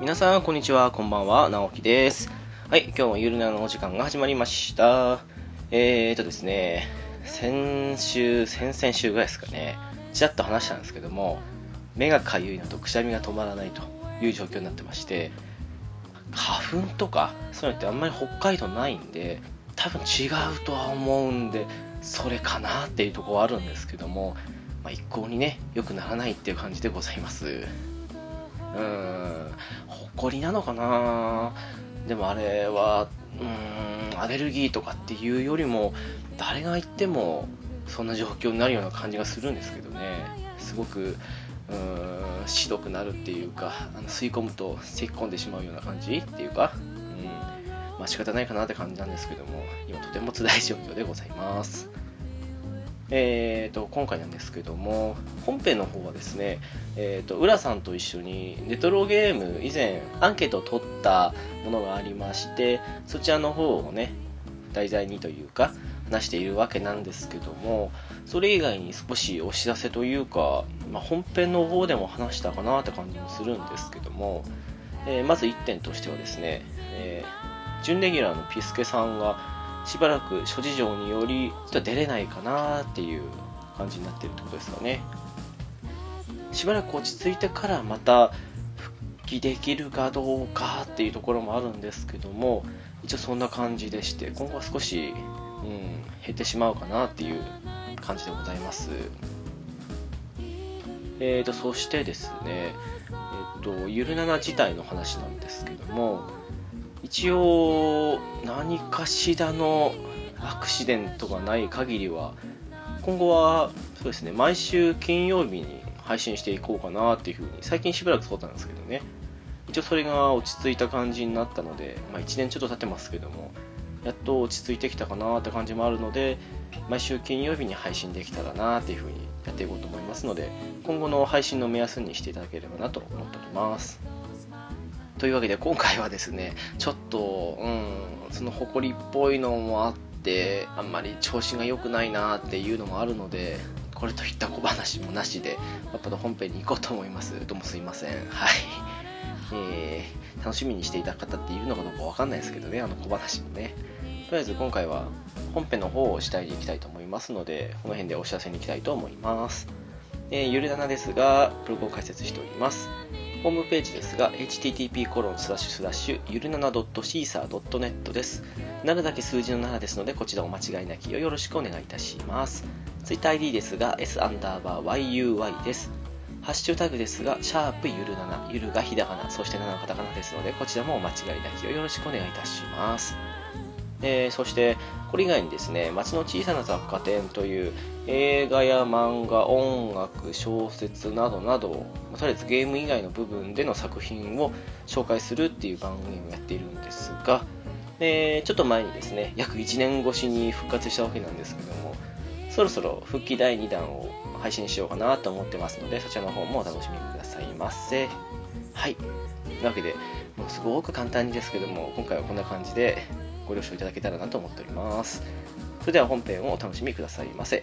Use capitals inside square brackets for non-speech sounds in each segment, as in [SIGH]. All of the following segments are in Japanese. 皆さん、こんにちは。こんばんは。直樹です。はい、今日もゆるなのお時間が始まりました。えーとですね、先週、先々週ぐらいですかね、ちらっと話したんですけども、目がかゆいのとくしゃみが止まらないという状況になってまして、花粉とか、そういうのってあんまり北海道ないんで、多分違うとは思うんで、それかなっていうところはあるんですけども、まあ、一向にね、良くならないっていう感じでございます。うーん、誇りなのかなでもあれは、うーん、アレルギーとかっていうよりも、誰が言っても、そんな状況になるような感じがするんですけどね、すごく、うーん、しどくなるっていうか、あの吸い込むと咳き込んでしまうような感じっていうか、うん、まあ仕方ないかなって感じなんですけども、今とても辛い状況でございます。えー、と今回なんですけども本編の方はですね、えー、と浦さんと一緒にレトロゲーム以前アンケートを取ったものがありましてそちらの方をね題材にというか話しているわけなんですけどもそれ以外に少しお知らせというか、まあ、本編の方でも話したかなって感じもするんですけども、えーまず1点としてはですね、えー準レギュラーのピスケさんがしばらく諸事情によりちょっと出れないかなっていう感じになってるってことですかねしばらく落ち着いてからまた復帰できるかどうかっていうところもあるんですけども一応そんな感じでして今後は少し、うん、減ってしまうかなっていう感じでございますえーとそしてですねえっ、とゆるなな自体の話なんですけども一応何かしらのアクシデントがない限りは今後はそうですね毎週金曜日に配信していこうかなっていうふうに最近しばらくそうだったんですけどね一応それが落ち着いた感じになったので、まあ、1年ちょっと経ってますけどもやっと落ち着いてきたかなって感じもあるので毎週金曜日に配信できたらなっていうふうにやっていこうと思いますので今後の配信の目安にしていただければなと思っておりますというわけで今回はですねちょっと、うん、その誇りっぽいのもあってあんまり調子が良くないなっていうのもあるのでこれといった小話もなしでまた本編に行こうと思いますどうもすいませんはい、えー楽しみにしていた方っているのかどうかわかんないですけどねあの小話もねとりあえず今回は本編の方を主体でいきたいと思いますのでこの辺でお知らせに行きたいと思います、えーゆるだなですがブログを開設しておりますホームページですが、http コロンスラッシュスラッシュゆる 7.caesar.net です。7だけ数字の7ですので、こちらお間違いなきをよろしくお願いいたします。TwitterID ですが、s アンダーバー yuy です。ハッシュタグですが、シャープゆる7、ゆるがひだがな、そして7がカタカナですので、こちらもお間違いなきをよろしくお願いいたします。えーそして、これ以外にですね、街の小さな雑貨店という映画や漫画、音楽、小説などなど、まあとりあえずゲーム以外の部分での作品を紹介するっていう番組をやっているんですが、えーちょっと前にですね、約1年越しに復活したわけなんですけども、そろそろ復帰第2弾を配信しようかなと思ってますので、そちらの方もお楽しみくださいませ。はい。なわけで、もうすごく簡単にですけども、今回はこんな感じでご了承いただけたらなと思っております。それでは本編をお楽しみくださいませ。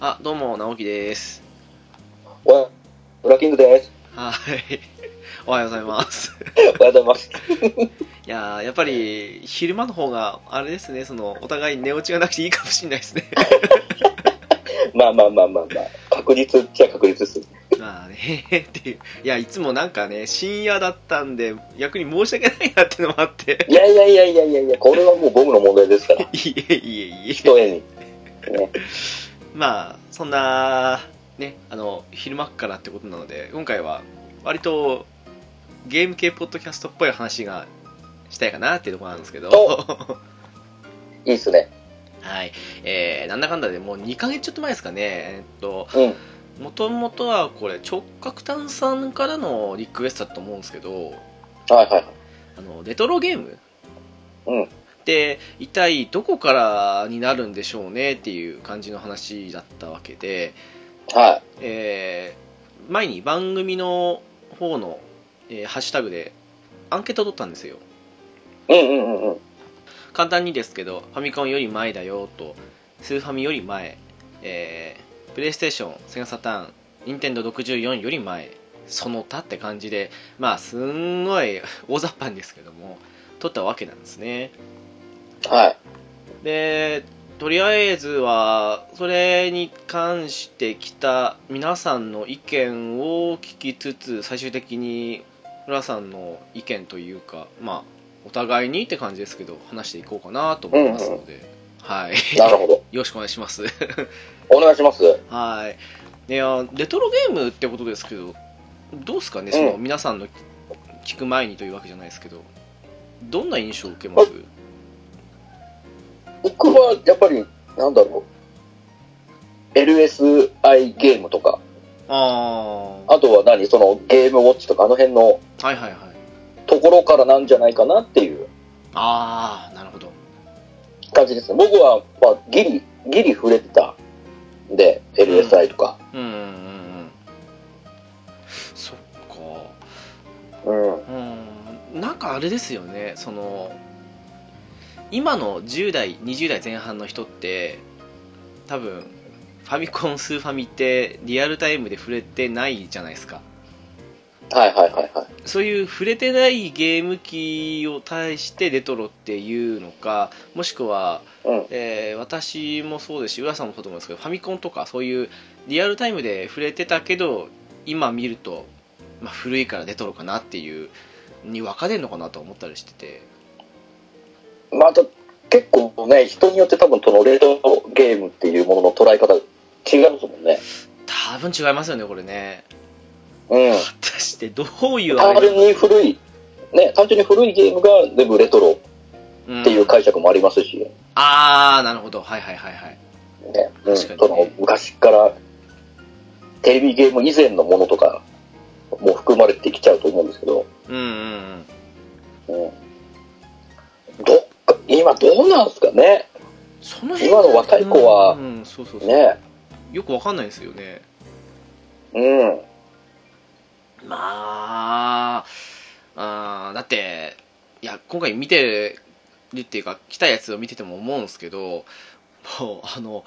あ、どうも、直樹です。わ、ブラキングです。はい。 [LAUGHS] おはようございます。おはようございます。いやーやっぱり、昼間の方が、あれですね、その、お互い寝落ちがなくていいかもしれないですね。まあまあまあまあまあ、確率っちゃ確率です。まあね、っていう。いや、いつもなんかね、深夜だったんで、逆に申し訳ないなってのもあって。 [LAUGHS] いやいやいやいやいやいや、これはもう僕の問題ですから、いいえ、いいえ、いいひえ。とえに。ね、まあ、そんな、ね、あの、昼間からってことなので、今回は、割と、ゲーム系ポッドキャストっぽい話がしたいかなっていうところなんですけど、 [LAUGHS] おいいっすね。はい。えー、なんだかんだでもう2ヶ月ちょっと前ですかね、えーっと、うん。もともとはこれ直角炭酸からのリクエストだと思うんですけど、はいはいはい。あのレトロゲームうんで一体どこからになるんでしょうねっていう感じの話だったわけで、はい。えー前に番組の方の、えーハッシュタグでアンケートを取ったんですようんうんうんうん。簡単にですけどファミコンより前だよとスーファミより前、えープレイステーションセガサターン任天堂64より前その他って感じでまあすんごい大雑把にですけども取ったわけなんですねはい。でとりあえずはそれに関してきた皆さんの意見を聞きつつ最終的に浦さんの意見というかまあお互いにって感じですけど話していこうかなと思いますので、はいなるほど。 [LAUGHS] よろしくお願いします [LAUGHS] お願いします。はいいやレトロゲームってことですけどどうですかねその皆さんの聞く前にというわけじゃないですけどどんな印象を受けます僕はやっぱり、なんだろう。LSI ゲームとか、あああとは何そのゲームウォッチとかあの辺のはいはいはいところからなんじゃないかなっていうああなるほど感じですね。僕は、まあ、ギリ、ギリ触れてたんで、LSI とか。うんうんうんうんそっかうん。うんなんかあれですよねその今の10代20代前半の人って多分ファミコンスーファミってリアルタイムで触れてないじゃないですかはいはいはいはい。そういう触れてないゲーム機を対してレトロっていうのかもしくは、うんえー私もそうですし浦さんもそうだと思うんですけどファミコンとかそういうリアルタイムで触れてたけど今見ると、まあ、古いからレトロかなっていうに分かれるのかなと思ったりしててまた、結構ね、人によって多分そのレトロゲームっていうものの捉え方違うんですもんね。多分違いますよねこれねうん。果たしてどういうあ単れが純に古い、ね、単純に古いゲームが全部レトロっていうん解釈もありますし、ああなるほどはいはいはいはいね、うん、確かそにの昔からテレビゲーム以前のものとかも含まれてきちゃうと思うんですけど、うんうんうんうん、どっか、今どうなんすかね、その今の若い子はうんうんそうそうそうね、よく分かんないですよねうん、まあ、あーだって、いや、今回見てるっていうか、来たやつを見てても思うんですけど、もう、あの、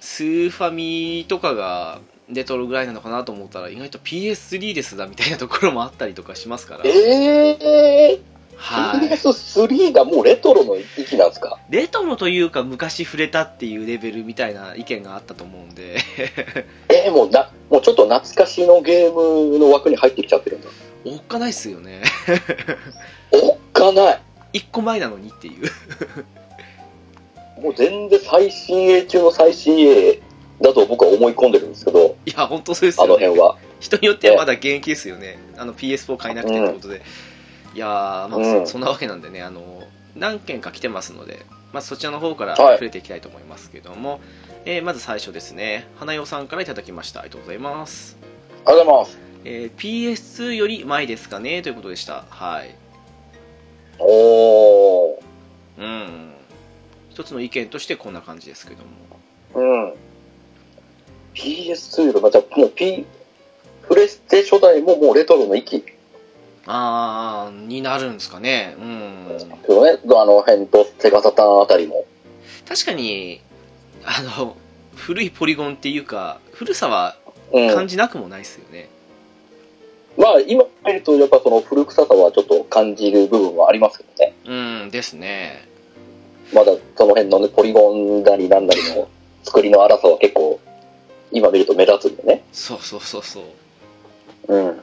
スーファミとかがレトロぐらいなのかなと思ったら、意外と PS3 ですだみたいなところもあったりとかしますから、えー、はい。 PS3 がもうレトロの域なんですかレトロというか、昔触れたっていうレベルみたいな意見があったと思うんで、 [LAUGHS] えー、もうな、もうちょっと懐かしのゲームの枠に入ってきちゃってるんだ。おっかないっすよね。おっかない。一個前なのにっていう。もう全然最新鋭中の最新鋭だと僕は思い込んでるんですけど、いや、本当そうですあよね。の辺は。人によってはまだ現役ですよね、あの PS4 買えなくてってことで、いやー、まあうんそ、そんなわけなんでね、あの何件か来てますので、まあ、そちらの方からはい触れていきたいと思いますけども、えーまず最初ですね、花代さんからいただきました、ありがとうございます。ありがとうございます。えー PS2 より前ですかねということでした、はい、おー。うん、一つの意見としてこんな感じですけども、うん。PS2 の、まあじゃあもう P、プレステ初代ももうレトロの域であー、になるんですかね、うん。すよね。あの辺とセガサターンあたりも。確かにあの古いポリゴンっていうか古さはう感ん。じなくもないですよね、まあ今見るとやっぱその古臭さはちょっと感じる部分はありますけどね。うん、ですねまだその辺のね、ポリゴンなりなんなりの作りの荒さは結構今見ると目立つんでね。そうそうそうそううん。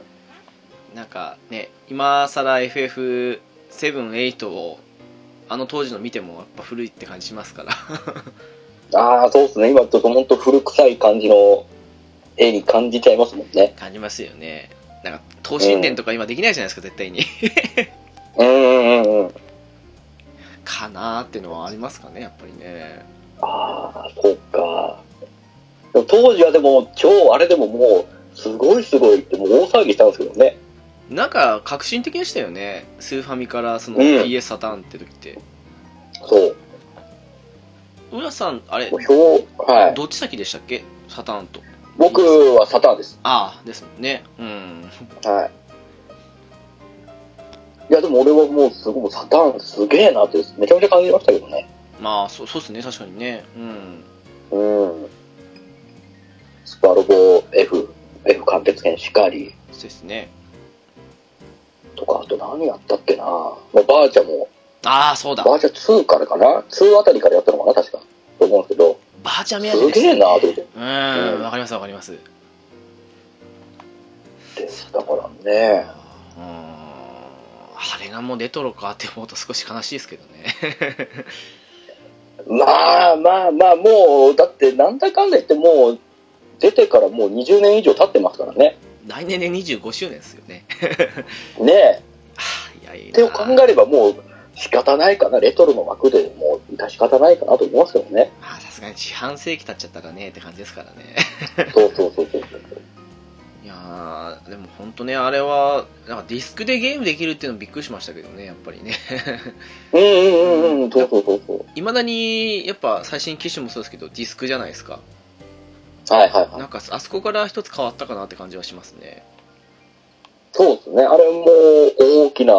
なんかね今さら FF78 をあの当時の見てもやっぱ古いって感じします [LAUGHS] からああ、そうですね。今、ちょっと本当古臭い感じの絵に感じちゃいますもんね。感じますよ [LAUGHS] ねなんか等身伝とか今できないじゃないですか絶対にうんうんうんうん。なーっていうのはありますかねやっぱりねああ、そうか。でも当時はでも、超あれでももう、すごいすごいって、もう大騒ぎしたんですけどね。なんか革新的でしたよねスーファミからそのうん PS サターンって時ってそう。浦さんあれもう表、はい。どっち先でしたっけサターンと僕はサターンです。ああですもんねうんはい。いや、でも俺はもう、すごい、もうサターンすげえなって、めちゃめちゃ感じましたけどね。まあそうそうですね確かにねうんうん。スパロボ F、F 完結編しかりそうですねとか、あと何やったっけなまあ、バーチャも、ああそうだバーチャ2からかな ?2 あたりからやったのかな確か。と思うんですけど。バーチャ目当てですすげえなと思ってうんわ、うかんりますわかりますうんでだからね。あれがもうレトロかって思うと少し悲しいですけどね [LAUGHS] まあまあまあ、もう、だって、なんだかんだ言って、もう、出てからもう20年以上経ってますからね。来年で25周年ですよねねえ。はあいやいいなってを考えれば、もう、仕方ないかな。レトロの枠でもう、致し方ないかなと思いますよ [LAUGHS] ね。まあさすがに四半世紀経っちゃったらねって感じですからね [LAUGHS] そうそうそうそうそう。いやーでも本当ねあれはなんかディスクでゲームできるっていうのもびっくりしましたけどねやっぱりね [LAUGHS] うんうんうんうん、そうそうそうそう。いまだにやっぱ最新機種もそうですけどディスクじゃないですかはいはいはいなん。かあそこから一つ変わったかなって感じはしますねそうですね。あれも大きな、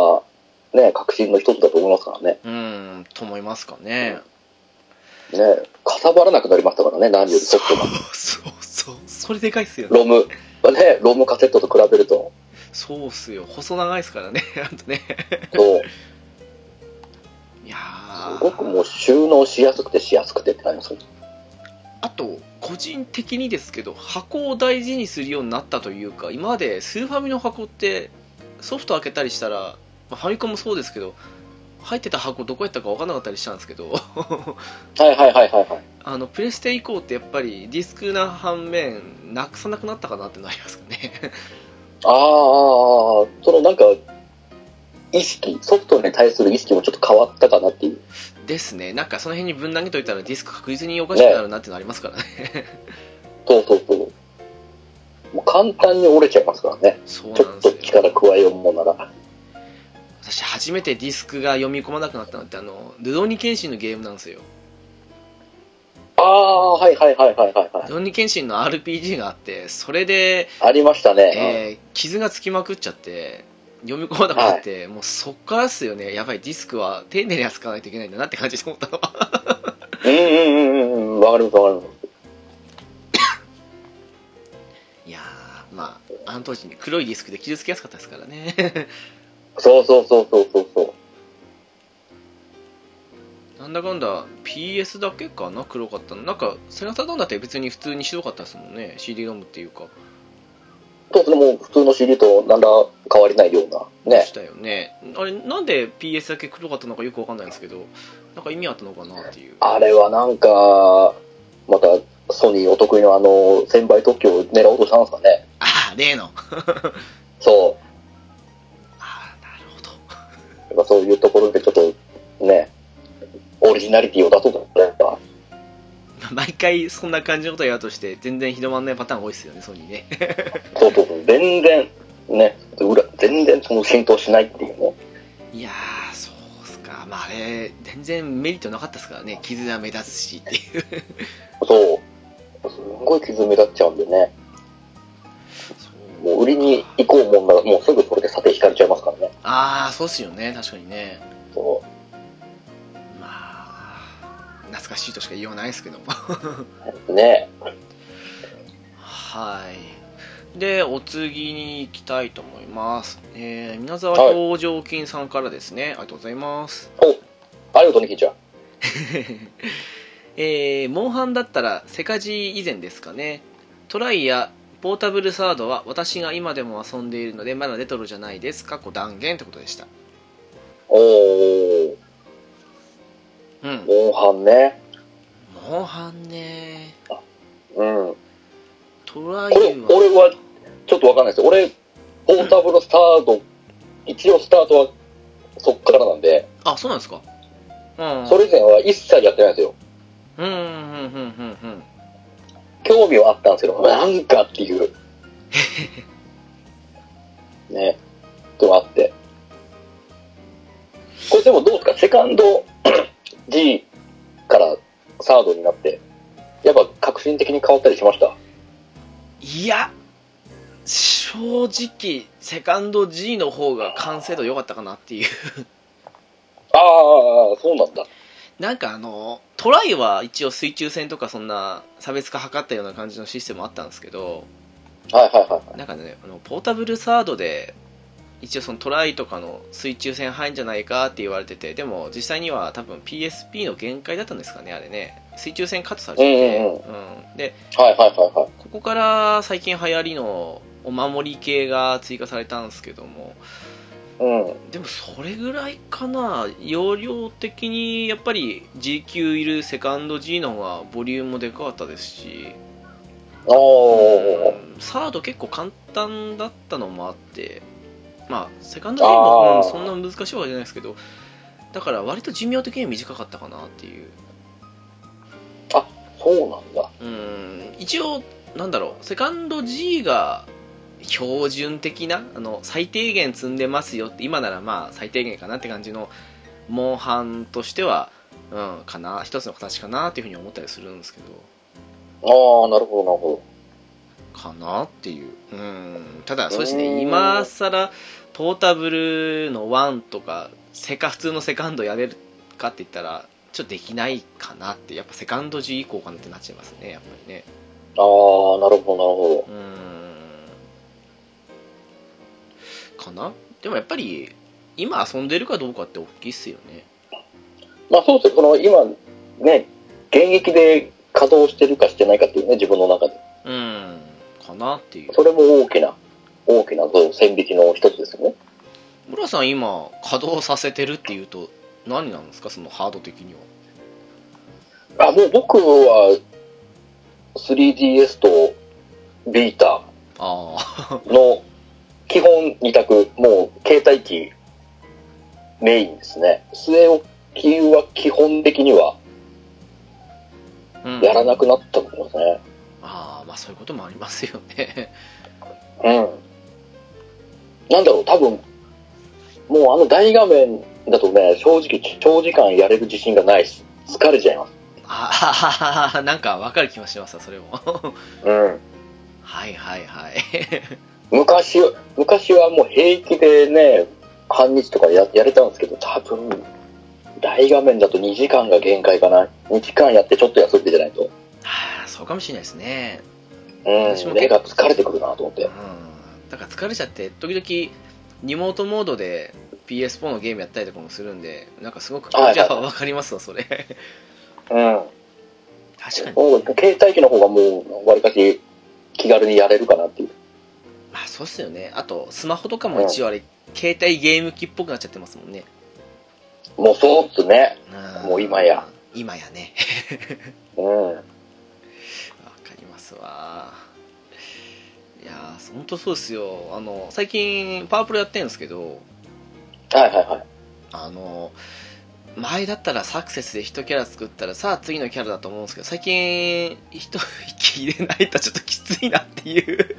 ね、革新の一つだと思いますからね。うんと思いますかね、ね、かさばらなくなりましたからね、何よりソフトが。 [LAUGHS] そうそうそれでかいっすよねロム、ね、ロムカセットと比べると。そうっすよ細長いっすからね [LAUGHS] あとね [LAUGHS] そう。いやーすごくもう収納しやすくてしやすくてってなりますねあと個人的にですけど箱を大事にするようになったというか今までスーファミの箱ってソフト開けたりしたら、まあファミコンもそうですけど入ってた箱どこやったか分かんなかったりしたんですけど [LAUGHS] はいはいはいはいはい。あのプレステ以降ってやっぱりディスクな反面なくさなくなったかなってなりますかねああ、ああああそのなんか、意識、ソフトに対する意識もちょっと変わったかなっていう。ですねなんかその辺にぶん投げといたらディスク確実におかしくなるなっていうのありますから [LAUGHS] ねそうそうそう。もう簡単に折れちゃいますからね。そうちょなっんとですよ力加えようもんなら。私初めてディスクが読み込まなくなったのってあの「ルドーニケンシン」のゲームなんですよああ、はいはいはいはいはいはい。ドンニケンシンの RPG があってそれで、ありましたね。えー傷がつきまくっちゃって読み込まなくなって、もうそっからっすよねやばいディスクは丁寧に扱わないといけないんだなって感じで思ったのはうんうんうんうんうん。わかりますわかります。いやーまああの当時に黒いディスクで傷つきやすかったですからねそうそうそうそうそうそう。なんだかんだ PS だけかな黒かったのなんかセガサターンだって別に普通に白かったですもんね CD ロムっていうかそうですね、もう普通の CD と何ら変わりないような。でねし。たよねあれなんで PS だけ黒かったのかよくわかんないんですけどなんか意味あったのかなっていうあれはなんか、また、ソニーお得意のあの、1000倍特許を狙おうとしたんですかね。ああ例のそああなるほど [LAUGHS] う。やっぱそういうところでちょっと、ね、オリジナリティを出そうと思ったら、毎回そんな感じのことやろうとして全然広まんないパターン多いですよねソニーねそうそうそう、全然、ね、裏、全然その浸透しないっていうね。 [LAUGHS] いやーそうっすかまああれ全然メリットなかったですからね傷が目立つしっていうそう。すんごい傷目立っちゃうんでね。もう売りに行こうもんなら、もうすぐそれで査定引かれちゃいますからね。ああそうっすよね確かにねそまあ懐かしいとしか言いようないですけどう。ね。はいでお次に行きたいと思います、えー、皆沢表情筋さんからですね、ありがとうございます [LAUGHS] ありがとうね、ひーちゃん。えーモンハンだったらセカジー以前ですかねトライやポータブルサードは私が今でも遊んでいるのでまだレトロじゃないです過去断言ってことでしたおー、うんモンハンね。モンハンねうん。トライこれ、は俺は、ちょっとわかんないです。俺、ポータブルスタート、一応スタートはそっからなんで、あそうなんですかうんそれ以前は一切やってないんですよ。うんうんうんうんうん興味はあったんですけど、なんかって [LAUGHS] いう。ね。とあって。これでもどうですかセカンド [CLEARS THROAT] G からサードになって、やっぱ革新的に変わったりしましたいや正直セカンド G の方が完成度良かったかなっていう [LAUGHS] ああ、そうなんだ。なんかあのトライは一応水中戦とかそんな差別化図ったような感じのシステムあったんですけどはいはいはい。なんかねあのポータブルサードで一応そのトライとかの水中戦入んじゃないかって言われててでも実際には多分 PSP の限界だったんですかねあれね水中戦カットされちゃって、うんうんうんではいはいはいはい。ここから最近流行りのお守り系が追加されたんですけどもうん。でもそれぐらいかな容量的にやっぱり G 級いるセカンド G の方がボリュームもでかかったですしおー。うんサード結構簡単だったのもあってまあセカンド G もあーうんそんな難しいわけじゃないですけどだから割と寿命的には短かったかなっていうそうなんだ。うん一応なんだろうセカンド G が標準的なあの最低限積んでますよって今ならまあ最低限かなって感じのモンハンとしては、うん、かな一つの形かなっていうふうに思ったりするんですけどああ、なるほどなるほかなっていう、うん、ただそうですうーんね今更ポータブルの1とかセカ普通のセカンドやれるかって言ったらちょっとできないかなってやっぱセカンド G 以降かなってなっちゃいますねやっぱりねど。ああ、なるほどなるほど。うーんかなでもやっぱり今遊んでるかどうかって大きいっすよねまあそうですよ、その今、ね、現役で稼働してるかしてないかっていうね、自分の中で。うんかなっていうそれも大きな、大きなそう線引きの一つですよね。村さん今稼働させてるっていうと何なんですかそのハード的にはあ、もう僕は 3DS とビータあの基本二択、もう携帯機メインですね。末置きは基本的にはあ、うん、やらなくなったと思いますね。ああまあそういうこともありますよね [LAUGHS] うん。なんだろう、多分、もうあの大画面だとね、正直、長時間やれる自信がないです。疲れちゃいます。ああなんか分かる気もしますわそれも [LAUGHS] うん。はいはいはい [LAUGHS] 昔、昔はもう平気でね、半日とかややれたんですけど、多分、大画面だと2時間が限界かな。2時間やってちょっと休んでじゃないと。ああそうかもしれないですね私うもん。目が疲れてくるなと思って。うんだから疲れちゃって時々リモートモードで PS4 のゲームやったりとかもするんでなんかすごく気持ちはいはいは分かりますわそれうん。確かにもう携帯機の方がもう、わりかし気軽にやれるかなっていう。まあそうっすよねあとスマホとかも一応あれ携帯ゲーム機っぽくなっちゃってますもんねもうそうっすね。んもう今や今やね [LAUGHS] うん。わかりますわいやーほんとそうっすよあの最近パワープロやってるんですけどはいはいはい。あの前だったらサクセスで1キャラ作ったらさあ次のキャラだと思うんですけど最近一息入れないとちょっときついなっていう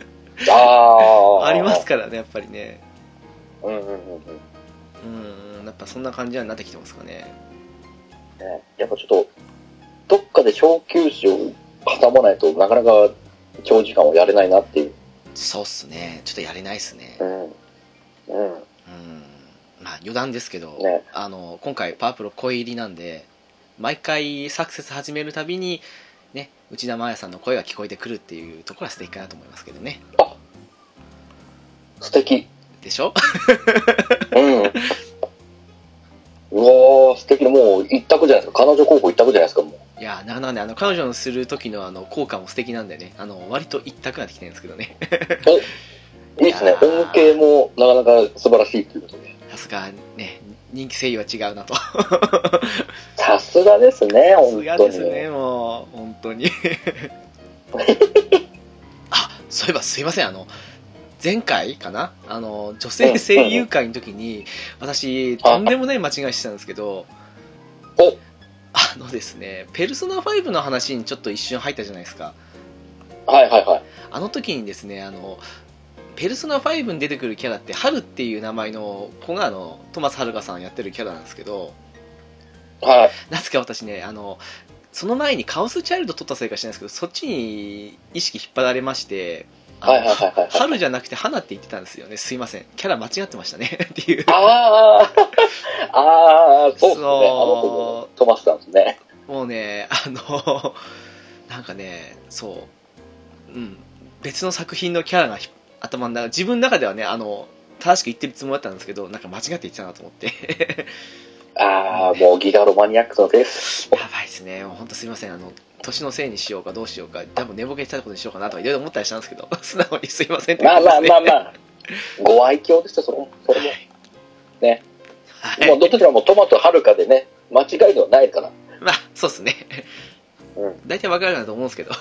ああ。ありますからねやっぱりねうんうんうんうん。うんやっぱそんな感じになってきてますかねね、やっぱちょっと、どっかで小休止を挟まないとなかなか長時間をやれないなっていう。そうっすねちょっとやれないっすねうん。うん。うんまあ余談ですけど、ねあの今回パワープロ声入りなんで毎回サクセス始めるたびにね内田真彩さんの声が聞こえてくるっていうところは素敵かなと思いますけどね素敵。でしょうん。うわー、素敵な、もう一択じゃないですか。彼女候補一択じゃないですか、もいやーななんであの彼女のする時のあの効果も素敵なんでねあの割と一択になってきてるんですけどね [LAUGHS] う。いいですいねや。ー音系もなかなか素晴らしいということで。さすがね人気声優は違うなとささすがですね、す本が当でに。すねもう本当に [LAUGHS] あそういえばすいませんあの前回かなあの女性声優会の時に私とんでもない間違いしてたんですけどおそうですね、ペルソナ5の話にちょっと一瞬入ったじゃないですか、はいはいはい。あの時にですね、あのペルソナ5に出てくるキャラって、ハルっていう名前の子があのトマス・ハルカさんやってるキャラなんですけど、はい。なぜか私ね、あのその前にカオスチャイルド撮ったせいかしないですけど、そっちに意識引っ張られまして、あのはいはいはいはいはい春じゃなくて花って言ってたんですよね、すいません、キャラ間違ってましたね [LAUGHS] っていう、あ [LAUGHS] あ、ああ、そうですね。あの子も飛ばしたんですね。もうね、あの [LAUGHS] なんかね、そう、うん、別の作品のキャラがひ頭の中、自分の中ではね、あの正しく言ってるつもりだったんですけど、なんか間違って言ってたなと思っ [LAUGHS] て。ああ、もうギガロマニアックのです。やばいですね、もう本当すみません、あの年のせいにしようかどうしようか、多分寝ぼけしたことにしようかなとかいろいろ思ったりしたんですけど、 [LAUGHS] 素直にすい [LAUGHS] ませんってまあまあまあまあ、あ。ご愛嬌ですよ、それも。それも。はいもうどっちらもトマトはるかでね、間違いではないから。 [LAUGHS] まあ、そうですね、うん大体わかるかなと思うんですけど、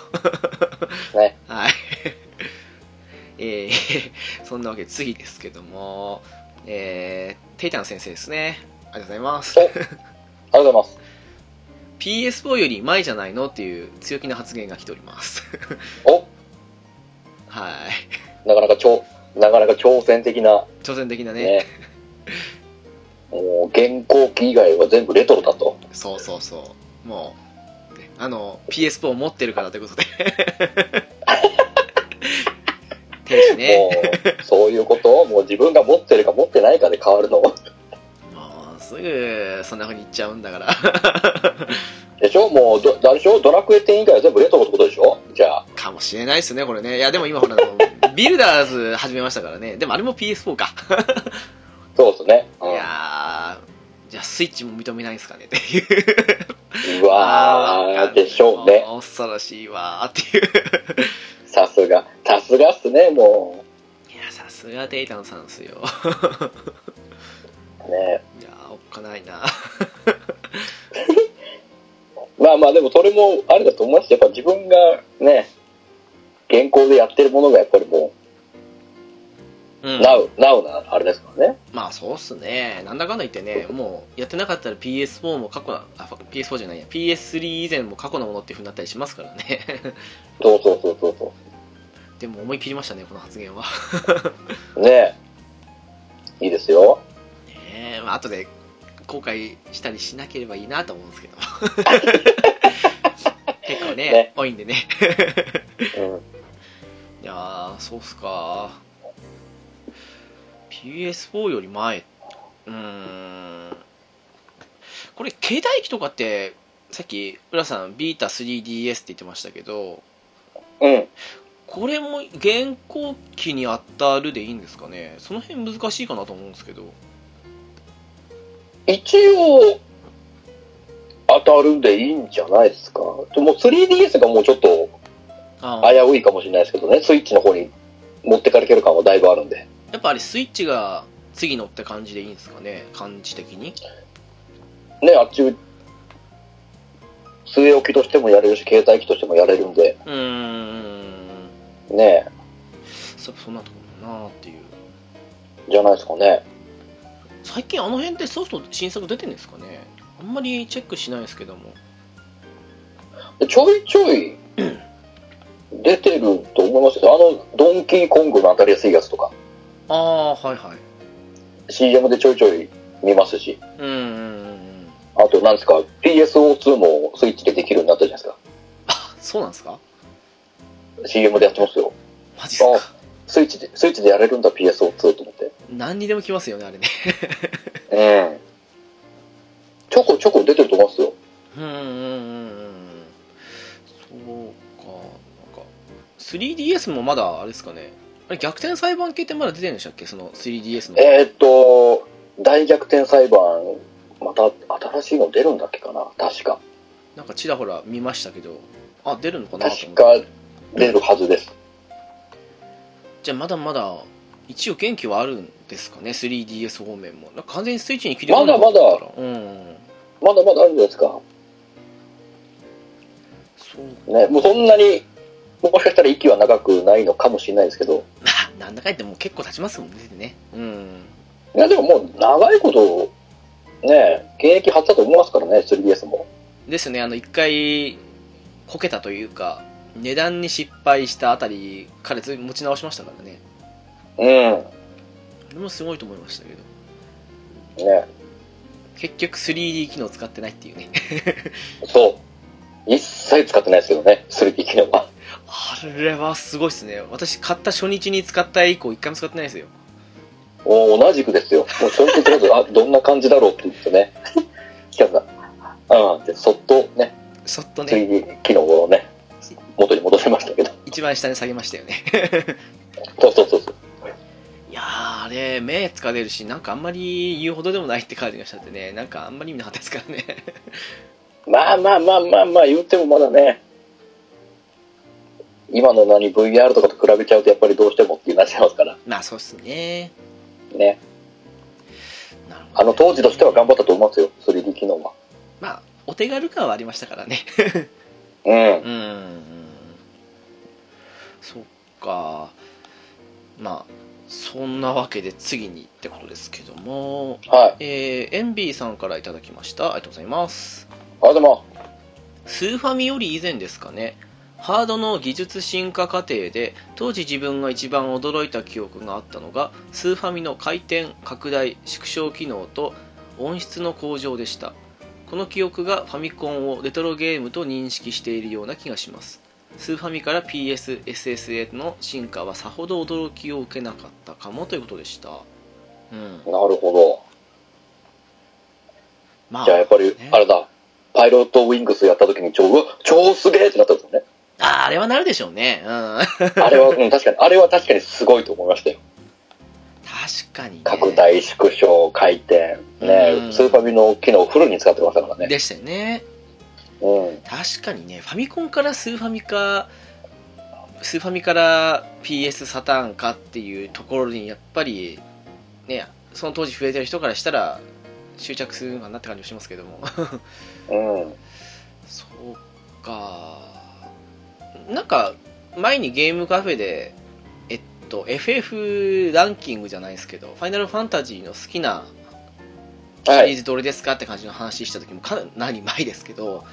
ね。 [LAUGHS] はい。えー、 [LAUGHS] そんなわけで次ですけども、えー、テイタン先生ですね、ありがとうございますお。ありがとうございます。 PS4 より前じゃないのっていう強気な発言が来ております。 [LAUGHS] おはい。なかなか超、なかなか挑戦的な挑戦的なねね。もう、現行機以外は全部レトロだと。そうそうそう。もう、ねあの、PS4 を持ってるからということで。 [LAUGHS] [LAUGHS] 天使ね。もう、そういうことをもう自分が持ってるか持ってないかで変わるの。もう、すぐ、そんな風に言っちゃうんだから。でしょもうど、あれでしょドラクエ10以外は全部レトロってことでしょじゃあ。かもしれないですね、これね。いや、でも今ほら、あのビルダーズ始めましたからね。でもあれも PS4 か。そうですね。いやー、じゃあスイッチも認めないんですかねっていう。うん、うわー、でしょうね。もう恐ろしいわーっていう。さすが。さすがっすね、もいや、さすがデイタンさんですよ。 [LAUGHS] う。ねいやー、おっかないな。まあまあ、でもそれもあれだと思いますやっぱ自分がね、現行でやってるものがやっぱりもうう、ん。なうなうな、あれですからね。まあそうっすね、なんだかんだ言ってね、もうやってなかったら PS4 も過去な、あ、PS4 じゃないや、PS3 以前も過去のものっていう風になったりしますからね。 [LAUGHS] そうそうそうそうそでも思い切りましたね、この発言は。う。ねいいですよ。ねえ、まあ後で後悔したりしなければいいなと思うんですけど。結構ね、ね多いんでね。うん。いやー、そうっすか。PS4 より前。うーん。これ、携帯機とかって、さっき、浦さん、ビータ 3DS って言ってましたけど、うん。これも現行機に当たるでいいんですかねその辺難しいかなと思うんですけど。一応、当たるんでいいんじゃないですか。でも 3DS がもうちょっとあー危ういかもしれないですけどね、スイッチの方に持ってかれてる感はだいぶあるんで。やっぱあれ、スイッチが次のって感じでいいんですかね感じ的に。ね、あっち、据え置きとしてもやれるし、携帯機としてもやれるんで、うーん。ね、そそんなところだなっていう。じゃないですかね。最近あの辺ってソフト新作出てるんですかねあんまりチェックしないですけどもでちょいちょい、出てると思いますけど、あの、ドンキーコングの当たりやすいやつとか、ああはいはい CM でちょいちょい見ますし、うんうんうんうんあと、なんですか、PSO2 もスイッチでできるようになったじゃないですか。あそうなんですか CM でやってますよ。マジっすかスイッチで、スイッチでやれるんだ PSO2 と思って。何にでも来ますよねあれねうん。ちょこちょこ出てると思いますよ。うんうんうんうんそうかなんか 3DS もまだあれですかねあれ逆転裁判系ってまだ出てるんでしたっけその 3DS のえーっと、大逆転裁判、また新しいの出るんだっけかな確か。なんかちらほら見ましたけどあ出るのかなと思確ってか出るはずです。じゃあまだまだ一応元気はあるんですかね 3DS 方面もなんか完全にスイッチに切り替わるのかと思ったらうんまだまだあるんじゃないですか。そうね、もうそんなに、もしかしたら息は長くないのかもしれないですけど、あなんだかんだ言ってもう結構経ちますもんね出てねうんいやでももう長いこと、ね、現役張ったと思いますからね、3DS も。ですね、あの、一回、こけたというか、値段に失敗したあたりからずいぶん持ち直しましたからね。うん。あれもすごいと思いましたけど。ね。結局 3D 機能使ってないっていうね。そう。一切使ってないですけどね、3D 機能は。 [LAUGHS] あれはすごいですね。私買った初日に使った以降、一回も使ってないですよ。お同じくですよ。もう正直とりあえず、あ、どんな感じだろうって言ってね。 [LAUGHS] キャスさん、うん、でそっとね、そっとね、 3D 機能をね、元に戻しましたけど。一番下に下げましたよ [LAUGHS] ね。そうそうそうそう。いやー、あれ、目疲れるし、なんかあんまり言うほどでもないって感じがしちゃってね、なんかあんまり意味なかったですからね。 [LAUGHS] まあまあまあまあまあ言うてもまだね、今の何 VR とかと比べちゃうとやっぱりどうしてもってなっちゃいますからまあ、そうっすね。ね。なるほどねあの当時としては頑張ったと思いますよ、3D 機能は。まあ、お手軽感はありましたからね。うん。うんうん。そっか。まあ、そんなわけで次にってことですけども、はい。えー、エンビーさんからいただきました。ありがとうございます。あ、でも、スーファミより以前ですかねハードの技術進化過程で当時自分が一番驚いた記憶があったのがスーファミの回転拡大縮小機能と音質の向上でしたこの記憶がファミコンをレトロゲームと認識しているような気がしますスーファミから PSSSA の進化はさほど驚きを受けなかったかもということでしたうんなるほまど。じゃあやっぱり、あれだ、パイロットウィングスやった時に超、うわ超すげえってなったんですよね。あーあれはなるでしょうねうんあれは、うん、確かに、あれは確かにすごいと思いましたよ。確かにね拡大、縮小、回転、うねん、スーパービの機能をフルに使ってましたからね。でしたよねうん。確かにねファミコンからスーファミかスーファミから PS サターンかっていうところにやっぱりねその当時増えてる人からしたら執着するのかなって感じがしますけども [LAUGHS] うん。そうかなんか前にゲームカフェでえっと FF ランキングじゃないですけどファイナルファンタジーの好きなシはリーい。ズどれですかって感じの話した時もかなり前ですけど、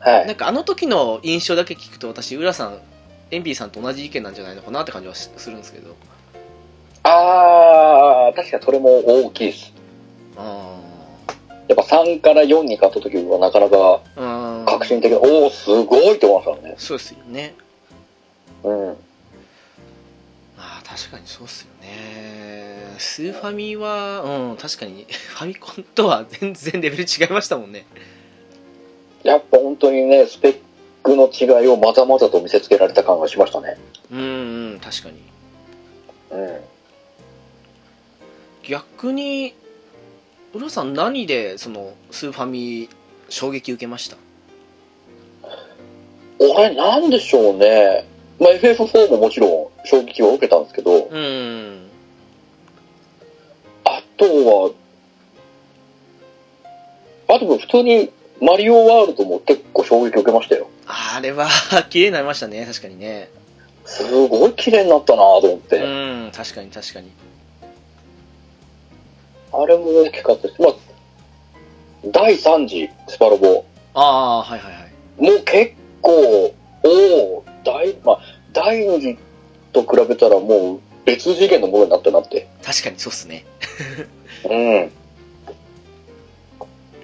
はなんい。かあの時の印象だけ聞くと私浦さんエンビーさんと同じ意見なんじゃないのかなって感じはしするんですけどあー、確かにそれも大きいです。あやっぱ3から4に変わった時はなかなかあ革新的で、おおすごいと思いましたね。そうですよねうん。ああ確かにそうっすよねスーファミはうん確かにファミコンとは全然レベル違いましたもんねやっぱ本当にね、スペックの違いをまざまざと見せつけられた感がしましたね。うんうん確かにうん。逆に浦さん何でそのスーファミ衝撃受けました俺、なんでしょうね。まあ、FF4 ももちろん衝撃を受けたんですけど、うんあとは、あと普通にマリオワールドも結構衝撃を受けましたよ。あれは [LAUGHS] 綺麗になりましたね確かにねすごい綺麗になったなと思っうて。ん確かに確かにあれも大きかったです。まあ、第3次スパロボああーはいはいはいもう結構、おお、第、まあ、第二次と比べたらもう別次元のものになったなって。確かにそうっすねうん。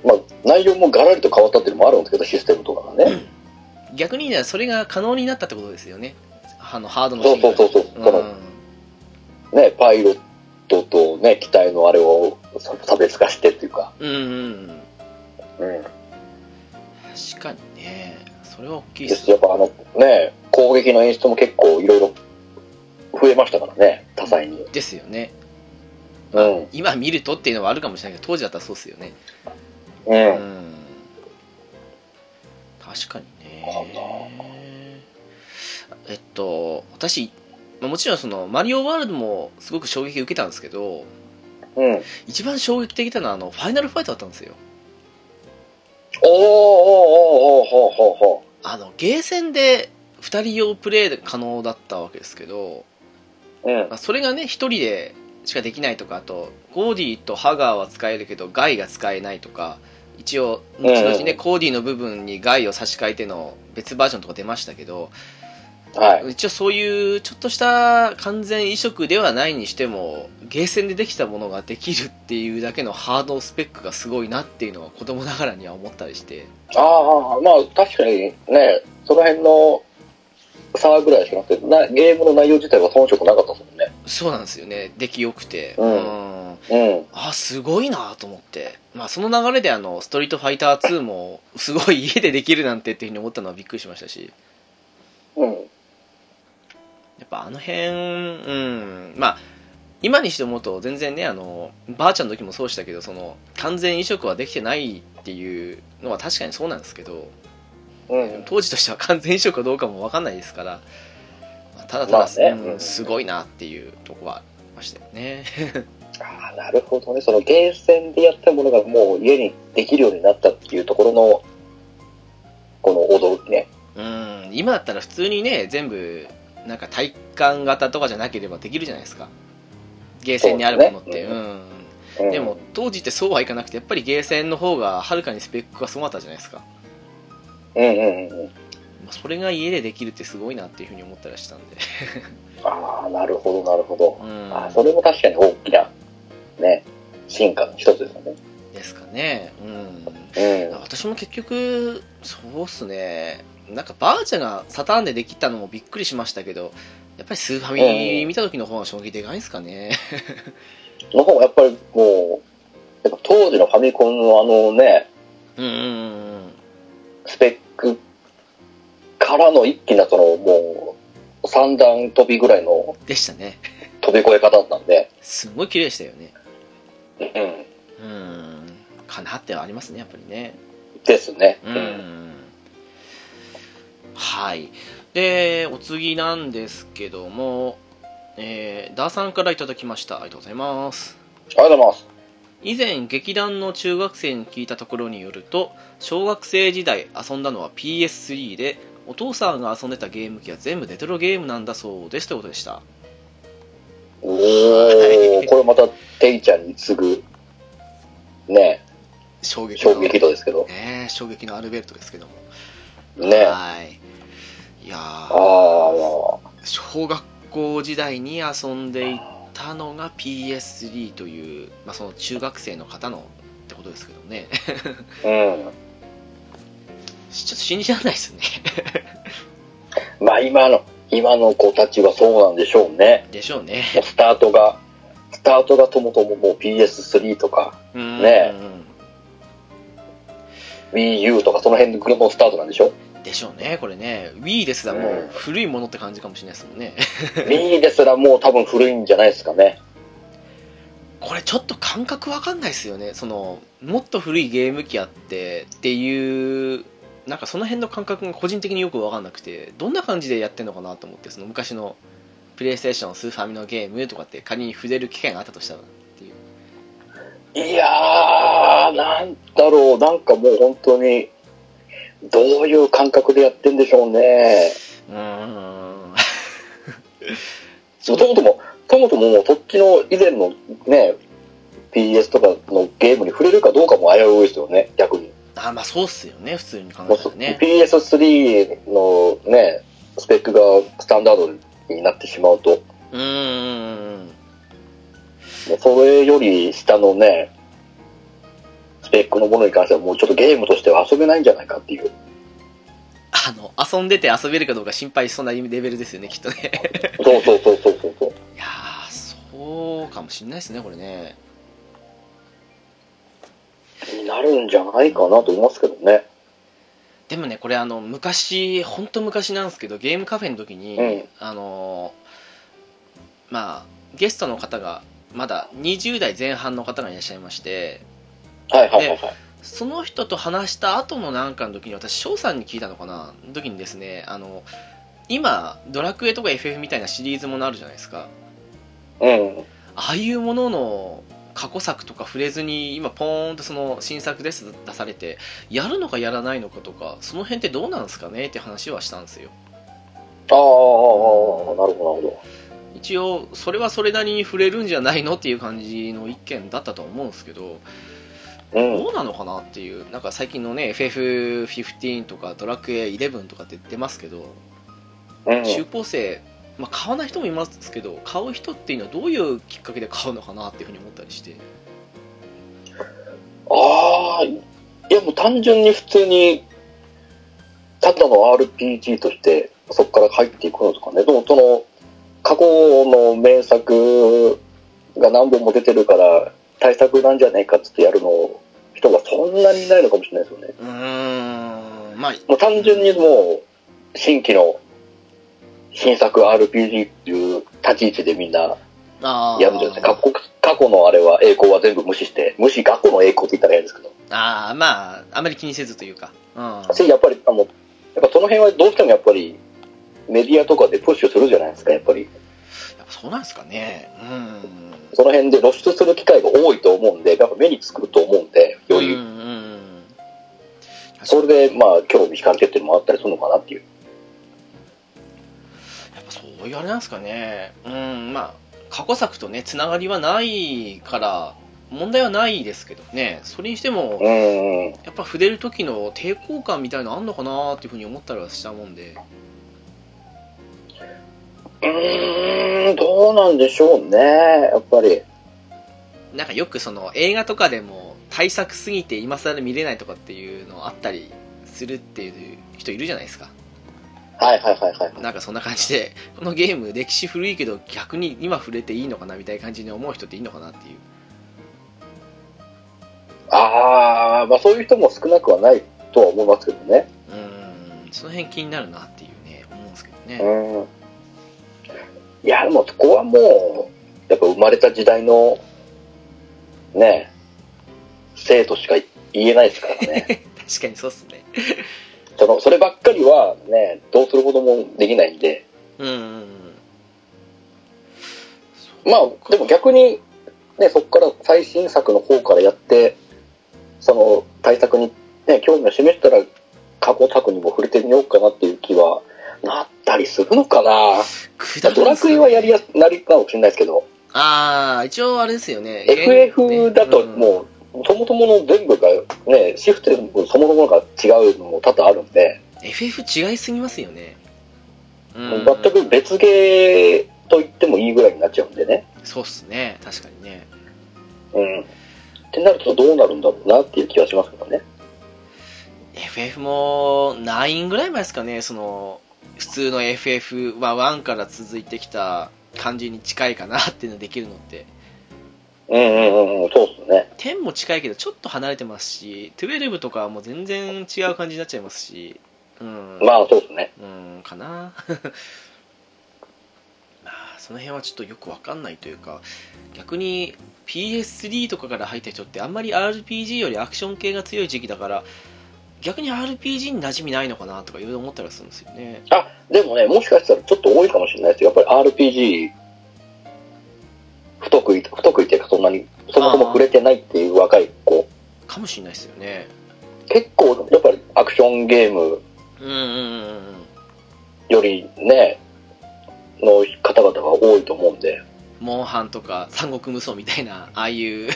まあ、内容もガラリと変わったっていうのもあるんですけど、システムとかがね。逆にねそれが可能になったってことですよねあのハードのそうそうそううそう。その、ね、パイロットとね、機体のあれをそ差別化してっていうか。うんうんうんうんうん。確かにねそれは大きいっですすやっぱあの、ね、攻撃の演出も結構いろいろ増えましたからね、多彩に。ですよねうん。今見るとっていうのはあるかもしれないけど当時だったらそうっすよねう。うんん確かにねえっと私まあもちろんそのマリオワールドもすごく衝撃受けたんですけどうん。一番衝撃的なのはあのファイナルファイトだったんですよおーおーおーおーおーおーおーあのゲーセンで2人用プレイ可能だったわけですけど、うんまあ、それがね1人でしかできないとかあとゴーディとハガーは使えるけどガイが使えないとか一応後々ね、うんコーディの部分にガイを差し替えての別バージョンとか出ましたけど、はい。一応そういうちょっとした完全移植ではないにしてもゲーセンでできたものができるっていうだけのハードスペックがすごいなっていうのは子供ながらには思ったりしてああ、まあ確かにね、その辺の差ぐらいしかなくて、なゲームの内容自体は遜色なかったですもんね。そうなんですよね出来良くてうんんうん。あすごいなと思って、まあ、その流れであの「ストリートファイター2」もすごい家でできるなんてっていうふうに思ったのはびっくりしましたしうん。やっぱあの辺うんまあ今にして思うと全然ねあのばあちゃんの時もそうでしたけどその完全移植はできてないっていうのは確かにそうなんですけどうん。当時としては完全移植かどうかも分かんないですから、まあただただ、まあねうんすごいなっていうとこはありましたよねああ、なるほどね。そのゲーセンでやったものがもう家にできるようになったっていうところの、この驚きね。うん今だったら普通にね全部なんか体感型とかじゃなければできるじゃないですかゲーセンにあるものってそうですねうんうん、でも、当時ってそうはいかなくてやっぱりゲーセンの方がはるかにスペックがすごかったじゃないですかうんうんうんうん。まあそれが家でできるってすごいなっていうふうに思ったりしたんで、ああ、なるほど、なるほど。うんあーそれも確かに大きな、ね、進化の一つですよね。ですかね、うん、うん。私も結局そうっすねなんかバーチャがサターンでできたのもびっくりしましたけどやっぱりスーファミ見た時の方が衝撃でかいんですかね、の方がやっぱりもう、やっぱ当時のファミコンのあのね、うんうんスペックからの一気なそのもう、三段飛びぐらいのうんでしたね飛び越え方だったんで、すごい綺麗でしたよねうん。うんかなってはありますねやっぱりねですね。う。んはい。で、お次なんですけども、えーダーさんからいただきました。ありがとうございます。ありがとうございます。以前、劇団の中学生に聞いたところによると、小学生時代遊んだのは PS3 で、お父さんが遊んでたゲーム機は全部レトロゲームなんだそうですということでした。おー、これまた、テイちゃんに次ぐ、ね、衝撃の。衝撃度ですけど、ねえ衝撃のアルベルトですけども。ね。あはい。いやーあー、小学校時代に遊んでいたのが PS3 という、まあ、その中学生の方のってことですけどね [LAUGHS] ちょうん。っと信じられないですね [LAUGHS] まあ今の、今の子たちはそうなんでしょうね。でしょうねもうスタートが、スタートがともとももう PS3 とかうんね Wii U とかその辺ののスタートなんでしょでしょうねこれね Wii ですらもううん古いものって感じかもしれないですもんね ?Wii ですらもう多分古いんじゃないですかね。これちょっと感覚わかんないですよねそのもっと古いゲーム機あってっていうなんかその辺の感覚が個人的によくわかんなくてどんな感じでやってんのかなと思ってその昔のプレイステーションスーファミのゲームとかって仮に触れる機会があったとしたらっていういやー、なんだろう、なんかもう本当に、どういう感覚でやってんでしょうね。うーん [LAUGHS] もうともとも、ともとももうそっちの以前のね、PS とかのゲームに触れるかどうかも危ういですよね、逆に。あまあそうっすよね普通に考もえうたそらね PS3 のね、スペックがスタンダードになってしまうと、うーんもうそれより下のね、スペックのものに関してはもうちょっとゲームとしては遊べないんじゃないかっていう。あの遊んでて遊べるかどうか心配しそうなレベルですよねきっとねそうそうそうそうそうそう。いやーそうかもしんないですねこれねになるんじゃないかなと思いますけどね。でもねこれあの昔本当昔なんですけどゲームカフェの時に、うんあのーまあゲストの方がまだ20代前半の方がいらっしゃいましてはいはいはいはい。その人と話した後のなんかの時に私翔さんに聞いたのかなの時にですねあの今ドラクエとか FF みたいなシリーズものあるじゃないですかうん。ああいうものの過去作とか触れずに今ポーンとその新作です出されてやるのかやらないのかとかその辺ってどうなんですかねって話はしたんですよああ、なるほどなるほ一応それはそれなりに触れるんじゃないのっていう感じの意見だったと思うんですけどうんどうなのかなっていうなんか最近のね FF15 とかドラクエ11とかって出ますけどうん中高生、まあ、買わない人もいますけど買う人っていうのはどういうきっかけで買うのかなっていうふうに思ったりしてああ、いやもう単純に普通に、ただの RPG として、そこから入っていくのとかね、でもその、過去の名作が何本も出てるから、対策なんじゃねえかっつってやるの、人がそんなにいないのかもしれないですよね。うーんまあもう単純にもう、新規の、新作 RPG っていう立ち位置でみんなあーやるんじゃないですか。過去過去のあれは栄光は全部無視して、無視、過去の栄光って言ったら変ですけど。あーまああまり気にせずというか、うん、し、やっぱり、あの、やっぱその辺はどうしてもやっぱり、メディアとかでプッシュするじゃないですか、やっぱり。やっぱそうなんですかねうんその辺で露出する機会が多いと思うんで、やっぱ目につくと思うんで、ようり、んうんそれで、まあ、興味惹かれてっていうのもあったりするのかなっていう。やっぱそういうあれなんですかねうんまあ過去作とねつながりはないから問題はないですけどねそれにしてもうん。やっぱ触れる時の抵抗感みたいなのあんのかなっていうふうに思ったりはしたもんでうーん、どうなんでしょうね、やっぱり。なんかよくその映画とかでも対策すぎて今更見れないとかっていうのあったりするっていう人いるじゃないですかはいはいはいはい。なんかそんな感じで [LAUGHS] このゲーム歴史古いけど逆に今触れていいのかなみたいな感じに思う人っていいのかなっていうああ、まあそういう人も少なくはないとは思いますけどね。うんその辺気になるなっていうね思うんですけどねうん。いや、でもそこはもう、やっぱ生まれた時代の、ねえ、生としか言えないですから [LAUGHS] ね。確かにそうっすねその、そればっかりはね、どうすることもできないんで。うんうんうんまあ、でも逆に、ね、そこから最新作の方からやって、その対策にね、興味を示したら、過去作にも触れてみようかなっていう気は、なったりするのかなくドラクエはやりやすなりかもしれないですけど、ああ一応あれですよね FF だとうもう、そもそもの全部が、ね、シフトのそもそものが違うのも多々あるんで、ん FF 違いすぎますよねもう全く別ゲーと言ってもいいぐらいになっちゃうんでね。そうっすね確かにねうん。ってなるとどうなるんだろうなっていう気はしますけどね。 FF も9ぐらい前ですかねその普通の FF は1から続いてきた感じに近いかなっていうのできるのってうんうんうんうん、そうっすね。 10も近いけどちょっと離れてますし12とかはもう全然違う感じになっちゃいますしうんまあそうっすね。うんかな [LAUGHS] まあその辺はちょっとよくわかんないというか逆に PS3 とかから入った人ってあんまり RPG よりアクション系が強い時期だから逆に RPG に馴染みないのかなとかいろいろ思ったりはするんですよねあ、でもね、もしかしたらちょっと多いかもしれないですよ。やっぱり RPG、不得意、不得意っていうかそんなに、そもそも触れてないっていう若い子、かもしれないですよね結構やっぱりアクションゲームうんうんうんうんよりね、の方々が多いと思うんで。モンハンとか三国無双みたいなあ [LAUGHS] あいう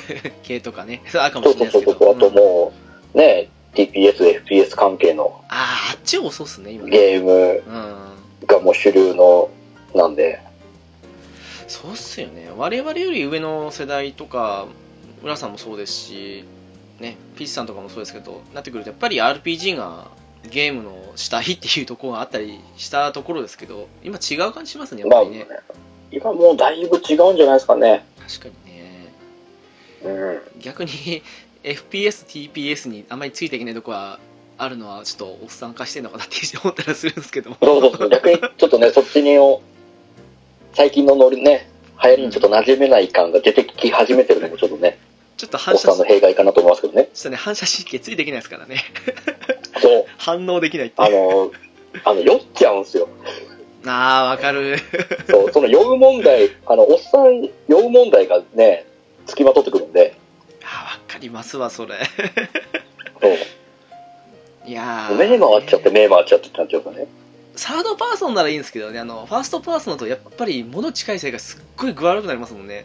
系とかねそうあるかもそうしれなそいうですそけうどそう。あとうんもう、ね、TPS、FPS 関係のあーあっちは遅いっすね今ねゲームうんがもう主流の、なんで。そうっすよね我々より上の世代とか浦さんもそうですしねピッチさんとかもそうですけどなってくるとやっぱり RPG がゲームの主体っていうところがあったりしたところですけど今違う感じしますねやっまぱありね、、今もうだいぶ違うんじゃないですかね。確かにねうん。逆に FPSTPS にあんまりついていけないとこはあるのはちょっとおっさん化してんのかなって思ったりするんですけどもそうそうそう。逆にちょっとね、そっちにを、最近のノリね、流行りにちょっと馴染めない感が出てき始めてるのもちょっとね、ちょっとおっ反射さんしの弊害かなと思いますけどね。ちょっとね反射神経ついていけないですからねそう。反応できないってあいうの、あの、酔っちゃうんですよ。ああわかるそう、その酔う問題、あの、おっさん酔う問題がね、付きまとってくるんで、あーわかりますわそれそう。いやー目回っちゃって、目回っちゃってってなっちゃうからね。サードパーソンならいいんですけどねあのファーストパーソンだとやっぱり物近いせいがすっごい具合悪くなりますもんね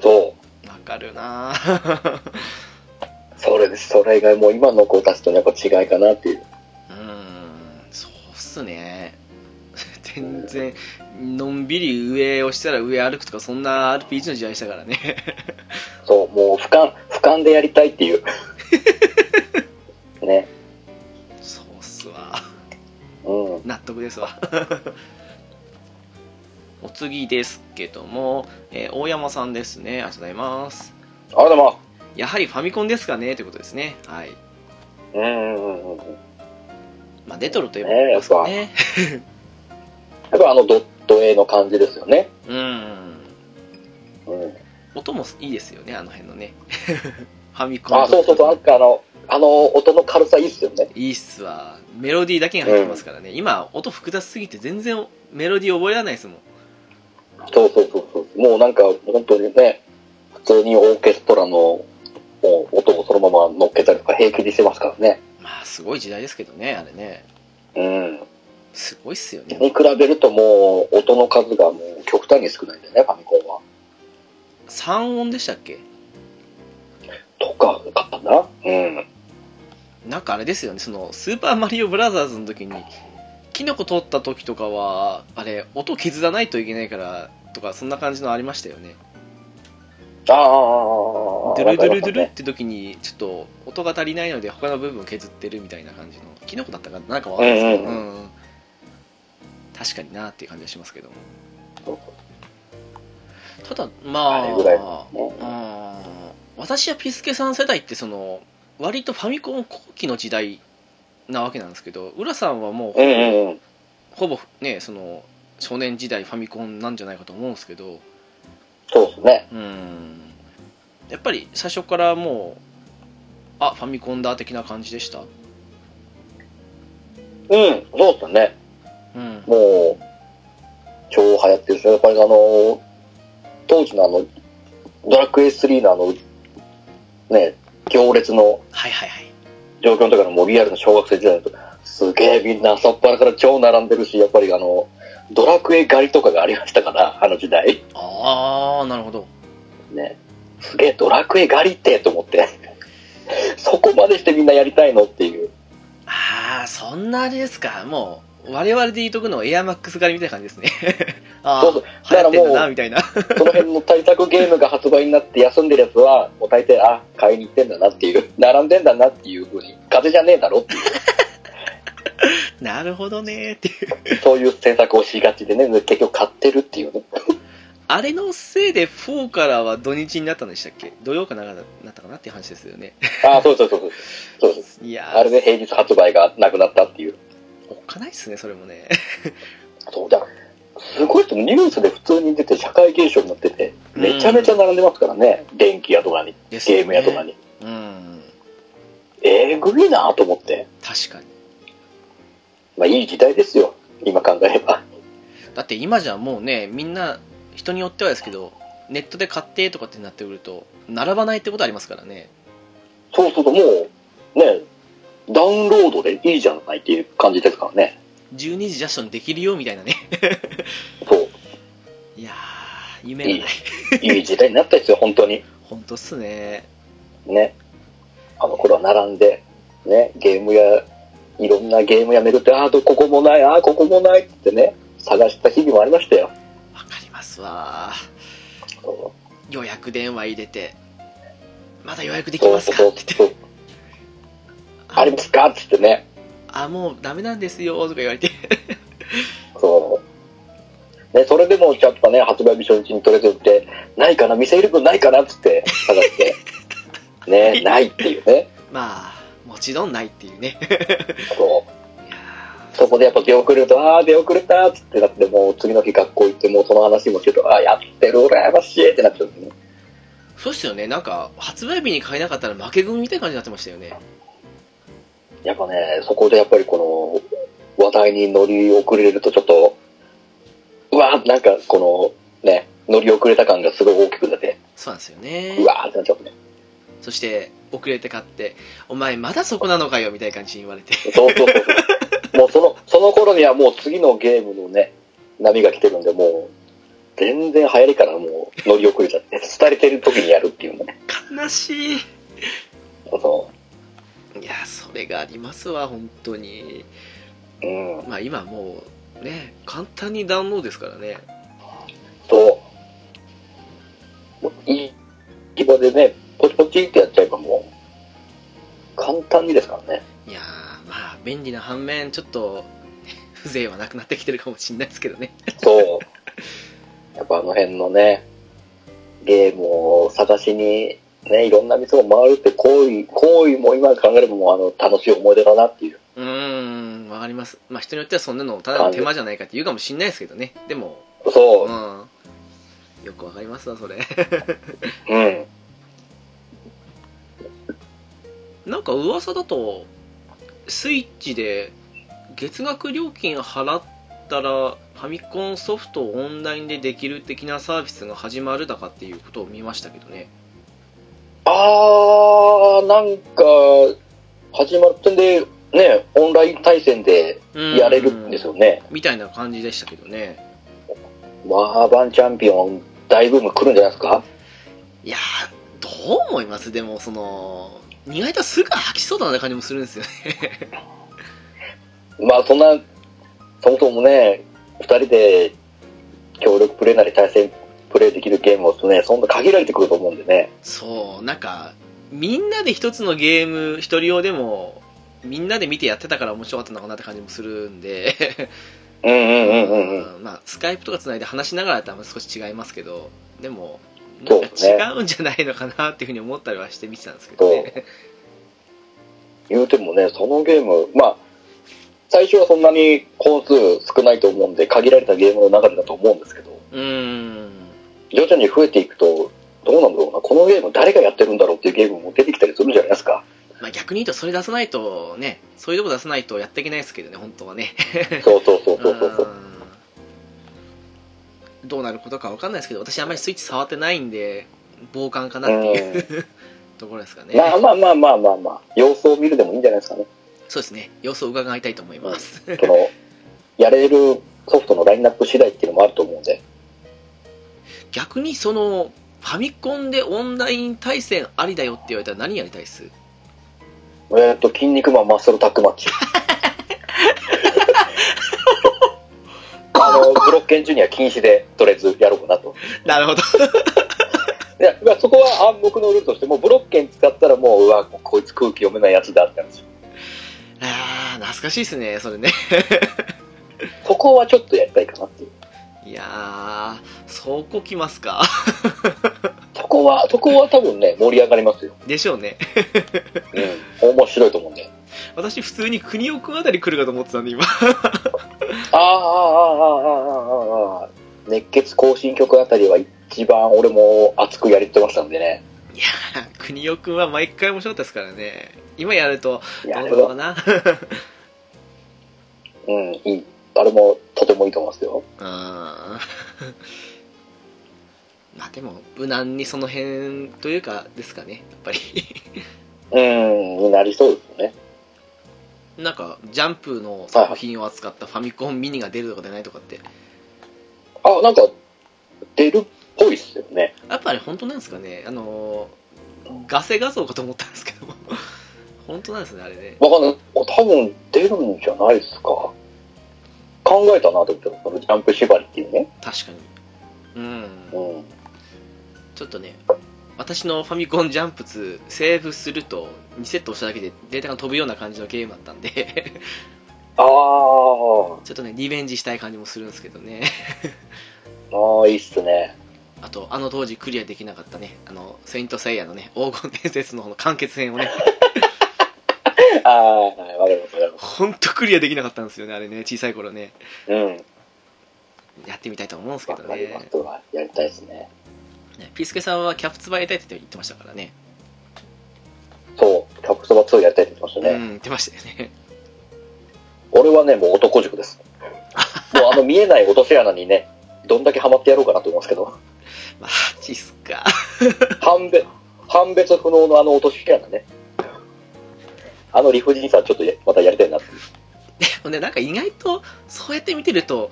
そう。わかるなー [LAUGHS] そそれです。それがもう今の子たちとのやっぱ違いかなっていう。うーんそうっすね [LAUGHS] 全然のんびり上をしたら上歩くとかそんな RPG の時代でしたからねそう、もう俯瞰、俯瞰でやりたいっていう。ね。そうっすわうん。納得ですわ [LAUGHS] お次ですけども、えー大山さんですねありがとうございますあれだまやはりファミコンですかねということですねはい、うんうんうんうん。まあ、レトロといえばねえそうですかね [LAUGHS] やっぱあのドット絵の感じですよね。うんうん。音もいいですよねあの辺のね [LAUGHS] ファミコンあ、そうそうそう。なんかあの、あの音の軽さいいっすよね。いいっすわメロディーだけが入ってますからね、今音複雑すぎて全然メロディー覚えられないですもんそうそうそうそう。もうなんか本当にね、普通にオーケストラのもう音をそのまま乗っけたりとか平気にしてますからね。まあすごい時代ですけどねあれねうん。すごいっすよねに比べるともう音の数がもう極端に少ないんだよね、ファミコンは。 3音でしたっけとか、かな。うん。なんかあれですよねそのスーパーマリオブラザーズの時にキノコ取った時とかはあれ音削らないといけないからとかそんな感じのありましたよねああ、ドゥルドゥルドゥルって時にちょっと音が足りないので他の部分を削ってるみたいな感じのキノコだったかなんかわかんないですけど、うんうんうん確かになっていう感じがしますけどもそうただまあれぐらいあうん私はピスケさん世代ってその割とファミコン後期の時代なわけなんですけど浦さんはもう、うんうんうん。ほぼねその少年時代ファミコンなんじゃないかと思うんですけどそうですね。うんやっぱり最初からもうあファミコンだ的な感じでしたうん、そうですね。うんもう、超流行ってるし、やっぱりあの、当時のあの、ドラクエ3のあの、ね、行列のはいはいはい状況の時のもうリアルの小学生時代だと、すげえみんな朝っぱらから超並んでるし、やっぱりあの、ドラクエ狩りとかがありましたから、あの時代。ああなるほどね。すげえドラクエ狩りってと思って。 [LAUGHS] そこまでしてみんなやりたいのっていう。ああそんなあれですかもう我々で言うとくのエアマックス狩りみたいな感じですね [LAUGHS] あそうそう。あ流行ってんだだからなもみたいな [LAUGHS] う、その辺の対策ゲームが発売になって休んでるやつは、もう大抵、あ、買いに行ってんだなっていう、 [LAUGHS] 並んでんだなっていうふうに、風邪じゃねえだろっていなるほどねーっていうう、そういう政策をしがちでね、結局買ってるっていうね。あれのせいで4からは土日になったんでしたっけ土曜かななったかなっていう話ですよねあ、そうそうそうそう。そうです。いやーあれで平日発売がなくなったっていう。おっかないっすねそれもねそうだ。すごいですもニュースで普通に出て社会現象になってて、めちゃめちゃ並んでますからね、電気屋とかに、ゲゲーム屋とかに。うんえぐいなと思って。確かにまあいい時代ですよ、今考えれば。だって今じゃもうねみんな人によってはですけどネットで買ってとかってなってくると並ばないってことありますからねそうするともう、ね、ダウンロードでいいじゃないっていう感じですからね。 12時ジャストにできるよみたいな [LAUGHS] ねそう。いやー夢がないいい時代になっ [LAUGHS] たですよ、本当に。本当っすねね。あの頃は並んで、ね、ゲーム屋、いろんなゲーム屋巡って、ああ、どここもない、ああ、ここもないってね、探した日々もありましたよ。わかりますわそ予約電話入れてまだ予約でうきますかそっうてそ言うそってうありますかって言ってね。あもうダメなんですよとか言われて [LAUGHS] そう。ね、それでもちゃんとね、発売日初日にとりあえず売って、ないかな、店いる分ないかなっつって探して、ね、ないっていうね。まあもちろんないっていうね [LAUGHS] そう。いやそこでやっぱ出遅れると、ああ、出遅れたっつってなって、もう次の日学校行って、もうその話もしてると、ああ、やってる、羨ましいってなっちゃうんですね。ーそうっすよねなんか発売日に買えなかったら負け組みたいな感じになってましたよねやっぱね、そこでやっぱりこの、話題に乗り遅れるとちょっと、うわーなんかこの、ね、乗り遅れた感がすごい大きくなって、そうなんですよねうわーってなっちゃうね。そして遅れて買って「お前まだそこなのかよ」みたいな感じに言われてそうそうそうそう。もうその、その頃にはもう次のゲームのね、波が来てるんで、もう、全然流行りからもう乗り遅れちゃって、廃れてる時にやるっていうね。悲しいそうそいやそれがありますわ本当にう。うん。まあ今もうね簡単にダウンロードですからねそう。もういい規模でね、ポチポチってやっちゃえばもう、簡単にですからね。いやーまあ便利な反面ちょっと風情はなくなってきてるかもしれないですけどねそう。やっぱあの辺のね、ゲームを探しに、ね、いろんな店を回るって行為、行為も今考えればもうあの楽しい思い出だなっていう。うーんわかりますまあ人によってはそんなのただの手間じゃないかって言うかもしれないですけどねでもそうう。んよくわかりますわそれうん。なんか噂だとスイッチで月額料金払ったらファミコンソフトをオンラインでできる的なサービスが始まるだかっていうことを見ましたけどねあー、なんか、始まってんで、ね、オンライン対戦でうんやれるんですよね。みたいな感じでしたけどねワーバンチャンピオン大ブーム来るんじゃないですかいやーどう思いますでもその意外とすぐ飽きそうだな感じもするんですよね [LAUGHS] まあそんな、そもそもね、二人で協力プレイなり対戦プレイできるゲームをね、そんな限られてくると思うんでね。そうなんかみんなで一つのゲーム一人用でもみんなで見てやってたから面白かったのかなって感じもするんでうんうんうんうんうん。うんまあ、スカイプとかつないで話しながらだとあんま少し違いますけどでもなそんうかですね違うんじゃないのかなっていうふうに思ったりはして見てたんですけどね言うてもね、そのゲーム、まあ、最初はそんなに本数少ないと思うんで、限られたゲームの中でだと思うんですけど、 [LAUGHS] うーん徐々に増えていくと、どうなんだろうな、このゲーム誰がやってるんだろうっていうゲームも出てきたりするんじゃないで [LAUGHS] すか。まあ逆に言うとそれ出さないとねそういうとこ出さないとやっていけないですけどね本当はねそうそうそうそうそうそう。うんどうなることか分かんないですけど私あんまりスイッチ触ってないんで傍観かなっていううところですかねん、まあまあまあまあまあまあ、様子を見るでもいいんじゃないです [LAUGHS] かね。そうですね様子を伺いたいと思います、その、やれるソフトのラインナップ次第っていうのもあると思うんで。 [LAUGHS] 逆にそのファミコンでオンライン対戦ありだよって言われたら何やりたいっすえーっと、筋肉マンマッスルタックマッ [LAUGHS] チ。あの、ブロッケンジュニア禁止で、とりあえずやろうかなと。なるほどいや、まあそこは暗黙のルールとして、もうブロッケン使ったらもう、うわ、もうこいつ空気読めないやつだって話。あー懐かしいですねそれねそこはちょっとやりたいかなっていう。いやーそこ来ますかそこは、そこは多分ね、盛り上がりますよ。でしょうねうん。面白いと思うんで。私普通に国尾くんあたり来るかと思ってたんで今ああ、ああ、ああ、ああ、ああ。熱血行進曲あたりは一番俺も熱くやりとましたんでね。いやー国尾くんは毎回面白かったですからね今やるといどや、うあなれのかは、な [LAUGHS] うん、いい。あれもとてもいいと思いますよ。あーまあでも無難にその辺というかですかねやっぱりうん、になりそうですよね。なんかジャンプの作品を扱ったファミコンミニが出るとか出ないとかってあ、なんか、出るっぽいっすよね。やっぱり本当なんですかねあのーガセ画像かと思ったんですけども [LAUGHS] 本当なんですねあれねわかんない。多分出るんじゃないですか。考えたなと思って、そのジャンプ縛りっていうね。確かにうんうん。ちょっとね私のファミコンジャンプ2セーブすると2セット押しただけでデータが飛ぶような感じのゲームだったんで [LAUGHS] あー、ちょっとねリベンジしたい感じもするんですけどねああいいっすね。あとあの当時クリアできなかったねあのセイント・セイヤのね黄金伝説の方の完結編をね [LAUGHS] あー、はい、わかります、わかりま本当クリアできなかったんですよねあれね小さい頃ねす。うん。やってみたいと思うんですけわどかりまねすわ。やりたいですね。ねピースケさんはキャプツバやりたいって言ってましたからねそう、キャプソバ2やりたいって言ってましたね。うん言ってましたよね [LAUGHS] 俺はね、もう男塾です。もうあの見えない落とし穴にね、どんだけハマってやろうかなと思いますけど、マジっすか [LAUGHS] 判別、判別不能のあの落とし穴ね。あの理不尽さちょっとやまたやりたいなって。ほんでなんか意外とそうやって見てると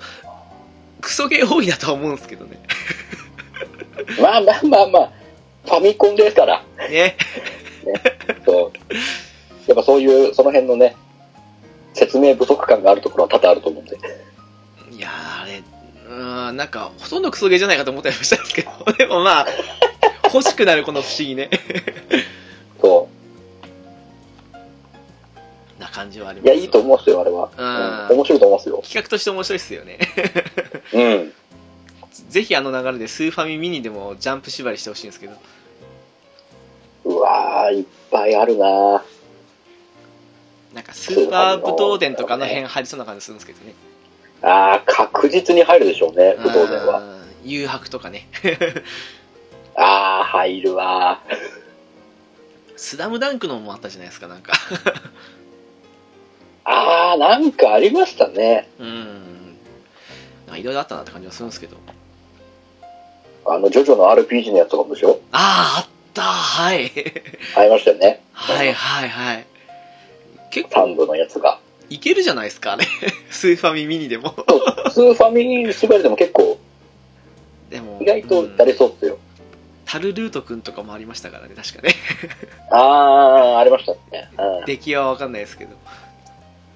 クソゲー多いなとは思うんですけど [LAUGHS] ねまあまあまあまあ、ファミコンですから。ねそうやっぱそういう、その辺のね、説明不足感があるところは多々あると思うんで。いやーあれうーんなんかほとんどクソゲーじゃないかと思ったりもしたんですけど [LAUGHS] でもまあ欲しくなるこの不思議ね [LAUGHS] そな感じはありう。いますや、よいいと思うんですよ、あれは。うんうん面白いと思いますよ。企画として面白いっすよね [LAUGHS] うん。ぜひあの流れでスーファミミニでもジャンプ縛りしてほしいんですけどうわー、いっぱいあるなーなんかスーパー武闘伝とかあの辺入りそうな感じするんですけどねあー、確実に入るでしょうね、不動然は。あー誘白とかね [LAUGHS] あー、入るわー。スラムダンクのもあったじゃないですかなんかあー、なんかありましたね。うーんなんかいろいろあったなって感じはするんですけどあの、ジョジョの RPG のやつとかもでしょあああったはい [LAUGHS] ありましたよね。はいはいはい結構3部のやつが。いけるじゃないですかあれ [LAUGHS] スーファミミニでもそう普通ファミリー縛りでも結構、でも意外とやれうんそうっすよ。タルルートくんとかもありましたからね確かね [LAUGHS] あー、ありましたね。うん出来は分かんないですけど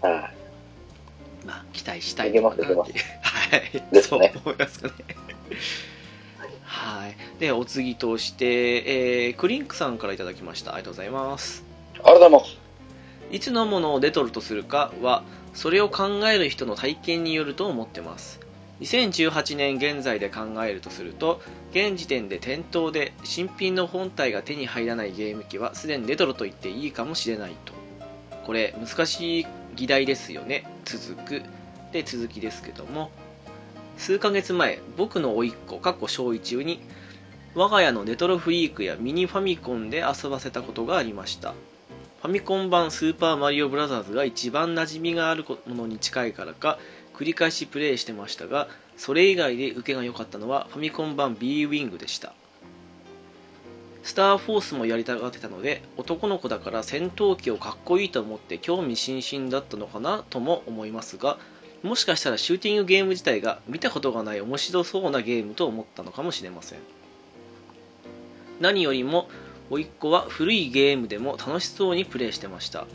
はまあ期待したいいけますのかなっていう [LAUGHS] はいですねそう思いますかねはいでお次として、えークリンクさんからいただきましたありがとうございますい。ありがとうございます。いつのものをレトロとするかはそれを考える人の体験によると思ってます2018年現在で考えるとすると現時点で店頭で新品の本体が手に入らないゲーム機はすでにレトロと言っていいかもしれないとこれ難しい議題ですよね続くで続きですけども数ヶ月前僕の甥っ子かっこ小1に我が家のレトロフリークやミニファミコンで遊ばせたことがありましたファミコン版スーパーマリオブラザーズが一番馴染みがあるものに近いからか繰り返しプレイしてましたがそれ以外で受けが良かったのはファミコン版 B ウィングでしたスターフォースもやりたがってたので男の子だから戦闘機をかっこいいと思って興味津々だったのかなとも思いますがもしかしたらシューティングゲーム自体が見たことがない面白そうなゲームと思ったのかもしれません何よりも甥っ子は古いゲームでも楽しそうにプレイしてました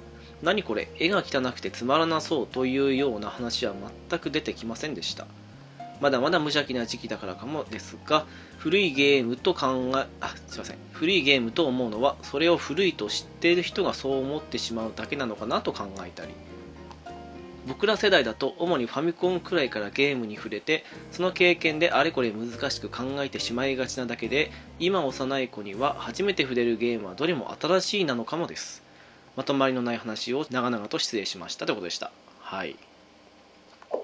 何これ絵が汚くてつまらなそうというような話は全く出てきませんでしたまだまだ無邪気な時期だからかもですが古いゲームと考えあすいません古いゲームと思うのはそれを古いと知っている人がそう思ってしまうだけなのかなと考えたり僕ら世代だと主にファミコンくらいからゲームに触れてその経験であれこれ難しく考えてしまいがちなだけで今幼い子には初めて触れるゲームはどれも新しいなのかもですまとまりのない話を長々と失礼しましたということでしたはい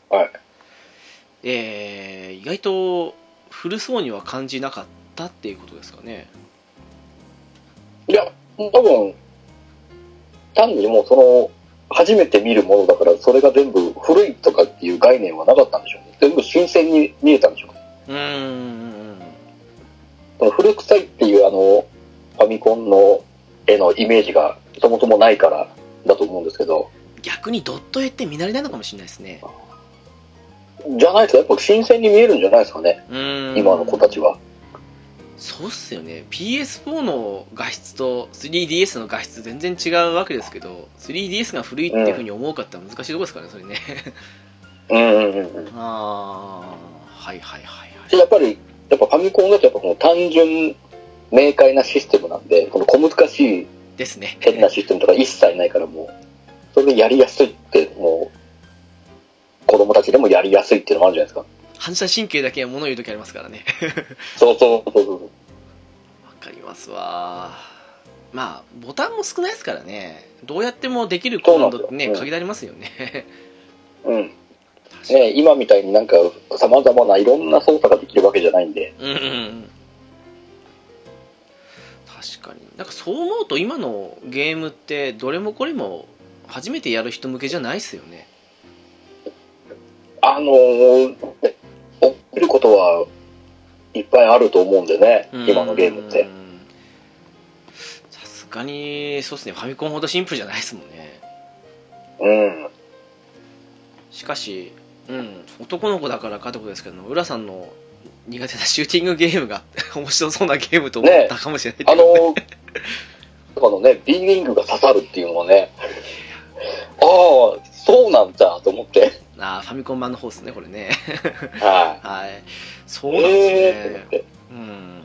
はい。えー、意外と古そうには感じなかったっていうことですかねいや、多分、単にもうその、初めて見るものだから、それが全部古いとかっていう概念はなかったんでしょうね。全部新鮮に見えたんでしょうね。うーんその古臭いっていうあの、ファミコンの絵のイメージがそもそもないからだと思うんですけど、逆にドット絵って見慣れないのかもしれないですねじゃないですか、やっぱ新鮮に見えるんじゃないですかね、うーん今の子たちは。そうっすよね PS4 の画質と 3DS の画質全然違うわけですけど 3DS が古いっていうふうに思うかって難しいところですからねそれねうんうんうんうん。 [LAUGHS] ああはいはいはいはいでやっぱり、やっぱファミコンだとやっぱこの単純、明快なシステムなんで、この小難しいですね [LAUGHS] 変なシステムとか一切ないからもう、それでやりやすいって、もう、子供たちでもやりやすいっていうのもあるじゃないですか。反射神経だけは物言う時ありますからね [LAUGHS] そうそうそうそう。わかりますわまあボタンも少ないですからねどうやってもできるコマンドってそうねなんですようん限られますよ [LAUGHS] ねうん。ね今みたいになんか、様々ないろんな操作ができるわけじゃないんで。うんうんうん確かになんかそう思うと今のゲームってどれもこれも初めてやる人向けじゃないですよねあのー、ね起きることはいっぱいあると思うんでね、今のゲームっうて。んさすがにそうですねファミコンほどシンプルじゃないですもんねうん。しかし、うん、男の子だからかってことですけど、浦さんの苦 [LAUGHS] [LAUGHS] 手なシューティングゲームが面白そうなゲームと思ったかもしれない、あのー、とかのね、B ウィングが刺さるっていうのはね、ああ、そうなんだと思って。あーファミコン版の方ですねこれねははいい。そうなんです [LAUGHS] えーとね思、って。うん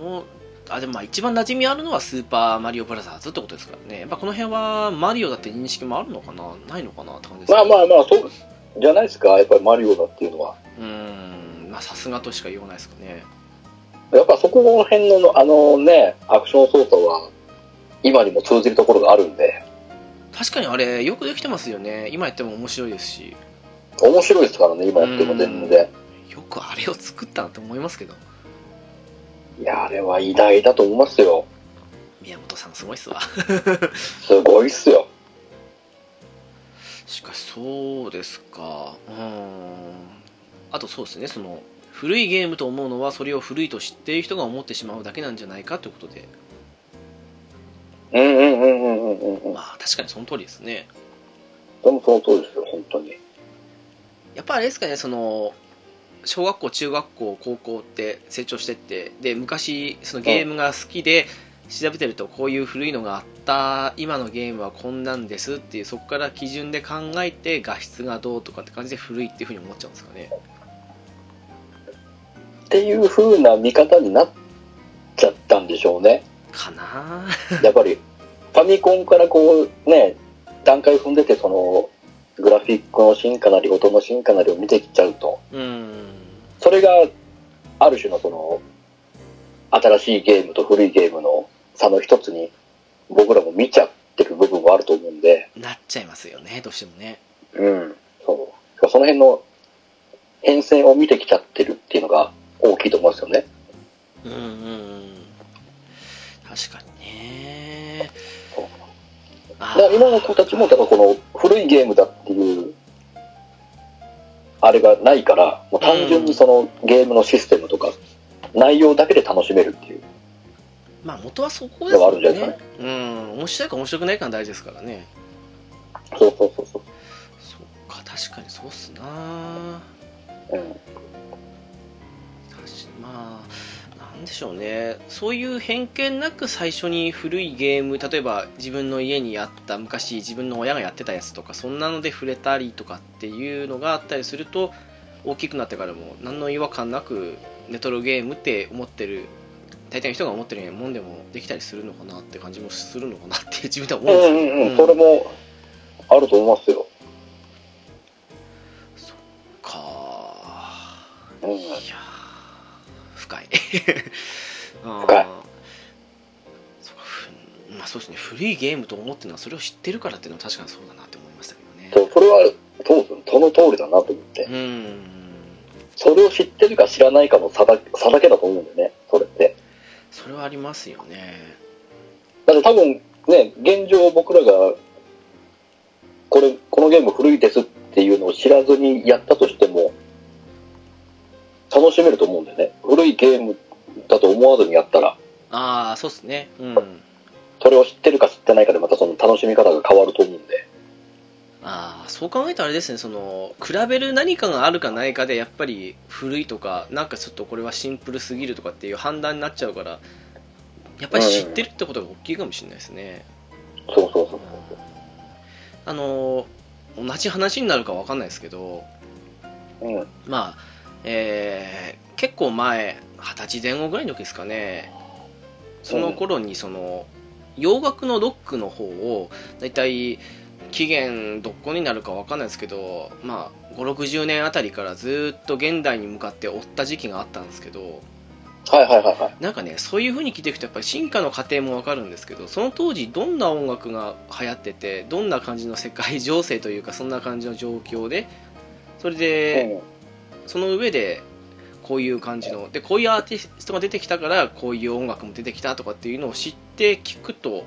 もうあでもまあ一番馴染みあるのは「スーパーマリオブラザーズ」ってことですからねやっぱこの辺はマリオだって認識もあるのかなないのかなって感じですまあまああまあ、そうじゃないですか、やっぱりマリオだっていうのは。うんまあさすがとしか言わないですかねやっぱそこら辺のの、あのね、アクション操作は、今にも通じるところがあるんで、確かにあれよくできてますよね今やっても面白いですし面白いですからね、今やっても全然。よくあれを作ったなって思いますけどいや、あれは偉大だと思いますよ。宮本さんすごいっすわすごいっすよ。しかしそうですかうんあとそうですねその古いゲームと思うのはそれを古いと知っている人が思ってしまうだけなんじゃないかということでうんうんうんうんうんうんうん。でまあ確かにその通りですねもその通りですよ、本当に。やっぱあれですかねその小学校中学校高校って成長してってで昔そのゲームが好きで調べてるとこういう古いのがあった今のゲームはこんなんですっていうそこから基準で考えて画質がどうとかって感じで古いっていうふうに思っちゃうんですかねっていう風な見方になっちゃったんでしょうね。かなあやっぱり、ファミコンからこうね、段階踏んでて、その、グラフィックの進化なり、音の進化なりを見てきちゃうと、うんそれが、ある種のその、新しいゲームと古いゲームの差の一つに、僕らも見ちゃってる部分はあると思うんで、なっちゃいますよねどうしてもねうん。そう。その辺の変遷を見てきちゃってるっていうのが大きいと思うんですよね。うんうんうん確かにねそうあだから今の子たちも、だからこの古いゲームだっていう、あれがないから、もう単純にそのゲームのシステムとか、内容だけで楽しめるっていう。まあ元はそこですもんでもあるんじゃないねうん面白いか面白くないかが大事ですからねそうそうそうそそっか確かにそうっすなう。うん。確まあなんでしょうねそういう偏見なく最初に古いゲーム例えば自分の家にあった昔自分の親がやってたやつとかそんなので触れたりとかっていうのがあったりすると大きくなってからも何の違和感なくレトロゲームって思ってる大体の人が思ってるようなもんでもできたりするのかなって感じもするのかなって自分では思ううんでんすうんうん。けど、それん、も、あると思いますよ。そっかうん。いやー深 [LAUGHS] い深いあーそうかふんまあそうですね古いゲームと思ってるのはそれを知ってるからっていうのは確かにそうだなって思いましたけどねそう、それは、そうですねその通りだなと思ってう。ーんそれを知ってるか知らないかの差だ差だけだと思うんだよね、それって。それはありますよねだって多分ね、現状僕らが、これ、このゲーム古いですっていうのを知らずにやったとしても、楽しめると思うんだよね。古いゲームだと思わずにやったら、ああそうですねうんそれを知ってるか知ってないかでまたその楽しみ方が変わると思うんで。ああそう考えるとあれですねその比べる何かがあるかないかでやっぱり古いとかなんかちょっとこれはシンプルすぎるとかっていう判断になっちゃうからやっぱり知ってるってことが大きいかもしれないですね、そうそうそう。あの同じ話になるかわかんないですけどうん。うん。まあえー結構前二十歳前後ぐらいの時ですかねその頃にその洋楽のロックの方をだいたい期限どこになるかわかんないですけど、まあ、5 6 0年あたりからずっと現代に向かって追った時期があったんですけどはいはいはいはい。なんかねそういう風に聞いていくとやっぱり進化の過程もわかるんですけどその当時どんな音楽が流行っててどんな感じの世界情勢というかそんな感じの状況でそれで、その上でこういう感じのでこういうアーティストが出てきたからこういう音楽も出てきたとかっていうのを知って聞くと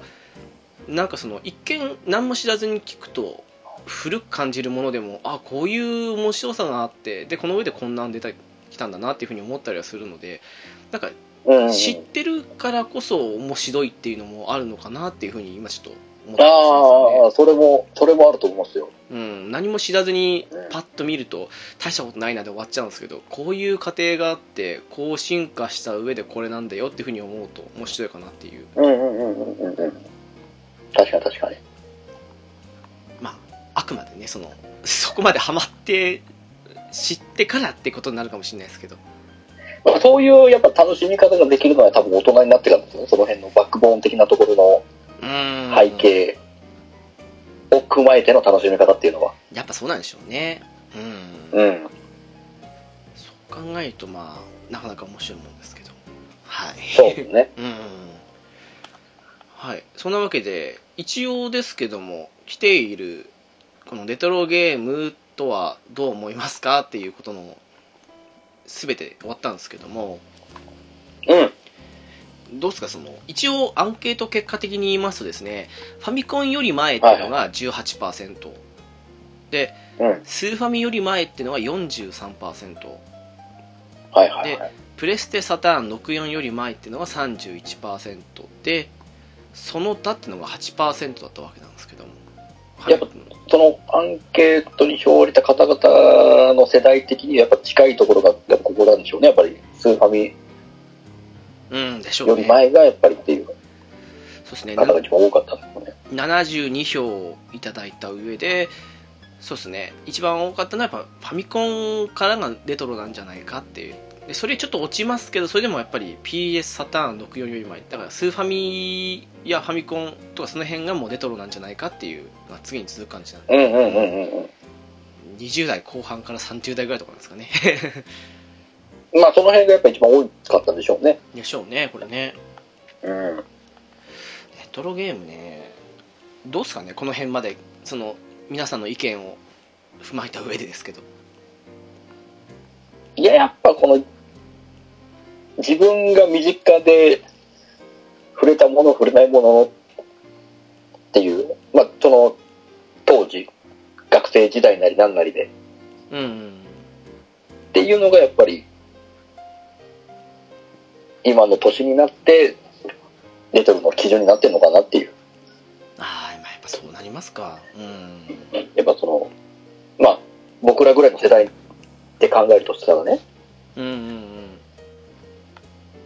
なんかその一見何も知らずに聞くと古く感じるものでもあこういう面白さがあってでこの上でこんなん出てきたんだなっていうふうに思ったりはするのでなんかうん。うん。知ってるからこそ面白いっていうのもあるのかなっていうふうに今ちょっともあたりしますよねあ、それも、それもあると思いますよ。うん、何も知らずにパッと見ると大したことないなで終わっちゃうんですけどこういう過程があってこう進化した上でこれなんだよっていうふうに思うと面白いかなっていううんうんうんうんうんうん。確かに確かに。まああくまでねそのそこまでハマって知ってからってことになるかもしれないですけどまあそういうやっぱ楽しみ方ができるのは多分大人になってからですよね。その辺のバックボーン的なところうーのん背景を踏まえての楽しみ方っていうのは。やっぱそうなんでしょうねうんうん。そう考えるとまあなかなか面白いもんですけどはいそうですね。うんはい、そんなわけで一応ですけども来ているこのレトロゲームとはどう思いますかっていうことの全て終わったんですけどもうん。どうですかその一応アンケート結果的に言いますとですねファミコンより前っていうのが18%、でうん。スーファミより前っていうのが43%はいはいはい。プレステサターン64より前っていうのが31%でその他っていうのが8%だったわけなんですけどもはいやっぱそのアンケートに票を入れた方々の世代的にやっぱ近いところがやっぱここなんでしょうね。やっぱりスーファミうんでしょようねり前がやっぱりっていうそうですね方が一番多かったんですよね。 72票いただいた上でそうですね一番多かったのはやっぱファミコンからがレトロなんじゃないかっていうでそれちょっと落ちますけどそれでもやっぱり PS サターン64より前だからスーファミやファミコンとかその辺がもうレトロなんじゃないかっていうのが次に続く感じなんでうんうんうんうんうん。 20代後半から30代ぐらいとかなんですかね [LAUGHS] まあその辺がやっぱ一番多かったんでしょうね。でしょうねこれねうん。レトロゲームねどうですかねこの辺までその皆さんの意見を踏まえた上でですけどいや、やっぱこの、自分が身近で触れたもの、触れないものっていう、まあ、その、当時、学生時代なりなんなりでうんうんっていうのがやっぱり、今の年になって、レトロの基準になってるのかなっていう。ああやっぱそうなりますかうんやっぱその、まあ、僕らぐらいの世代って考えるとしたらね、うんうんうん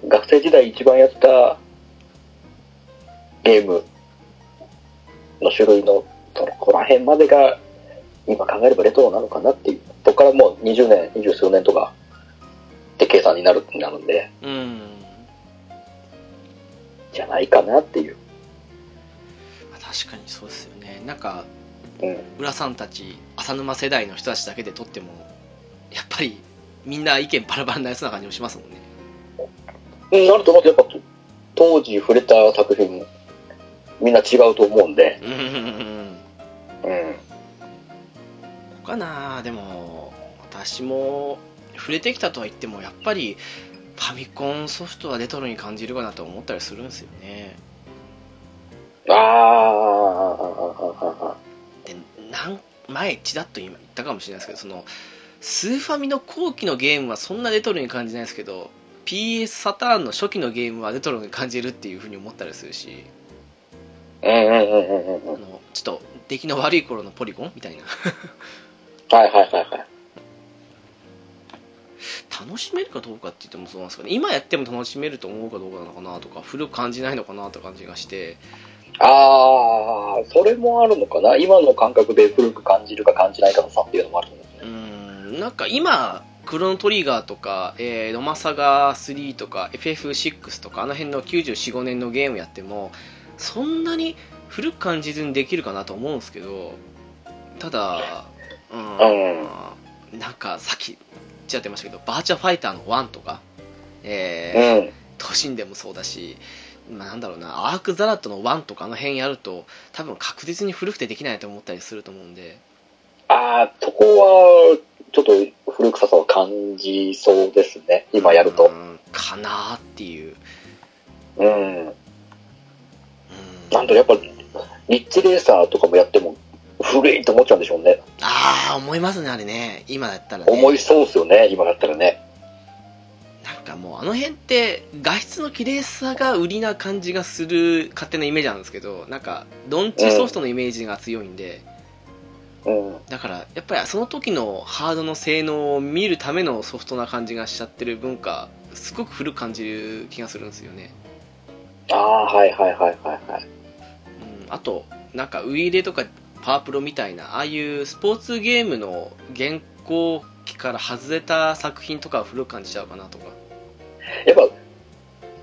学生時代一番やったゲームの種類のどこら辺までが今考えればレトロなのかなっていうそこからもう20年二十数年とかって計算になるなるんでうんじゃないかなっていう、まあ確かにそうですよねなんかうん、浦さんたち浅沼世代の人たちだけでとってもやっぱりみんな意見バラバラになりそうな感じもしますもんねうんなると思うとやっぱ当時触れた作品みんな違うと思うんで、うんうんうんうんうん、かなでも私も触れてきたとは言ってもやっぱりファミコンソフトはレトロに感じるかなと思ったりするんですよねあーあーあーあーあでなん前ちらっと今言ったかもしれないですけどそのスーファミの後期のゲームはそんなレトロに感じないですけど PS サターンの初期のゲームはレトロに感じるっていうふうに思ったりするしーうんうんうんうんうんあうんのちょっと出来の悪い頃のポリゴンみたいな [LAUGHS] はいはいはいはい楽しめるかどうかって言ってもそうなんですかね今やっても楽しめると思うかどうかなのかなとか古く感じないのかなって感じがしてああ、それもあるのかな。今の感覚で古く感じるか感じないかの差っていうのもあると思うんですうね。んなんか今クロノトリガーとか、えーロマサガ3とか FF6 とかあの辺の945年のゲームやってもそんなに古く感じずにできるかなと思うんですけどただうん、なんかさっきちらっと言いましたけどバーチャファイターの1とか、えーうん。都心でもそうだし、まあ、なんだろうなアークザラットの1とかあの辺やると多分確実に古くてできないと思ったりすると思うんでああ、そこは、ちょっと古臭さを感じそうですね。今やるうと。んかなーっていううん。うんなんだろう、やっぱ、リッチレーサーとかもやっても、古いと思っちゃうんでしょうね。ああ思いますねあれね今だったらね思いそうっすよね、今だったらね。なんかもうあの辺って画質の綺麗さが売りな感じがする勝手なイメージなんですけどなんかドンチソフトのイメージが強いんで、うん。だからやっぱりその時のハードの性能を見るためのソフトな感じがしちゃってる文化すごく古く感じる気がするんですよね、ああ、はいはいはいはいはい。うん、あとなんかウイイレとかパワープロみたいなああいうスポーツゲームの原稿機から外れた作品とかは古く感じちゃうかなとかやっぱ、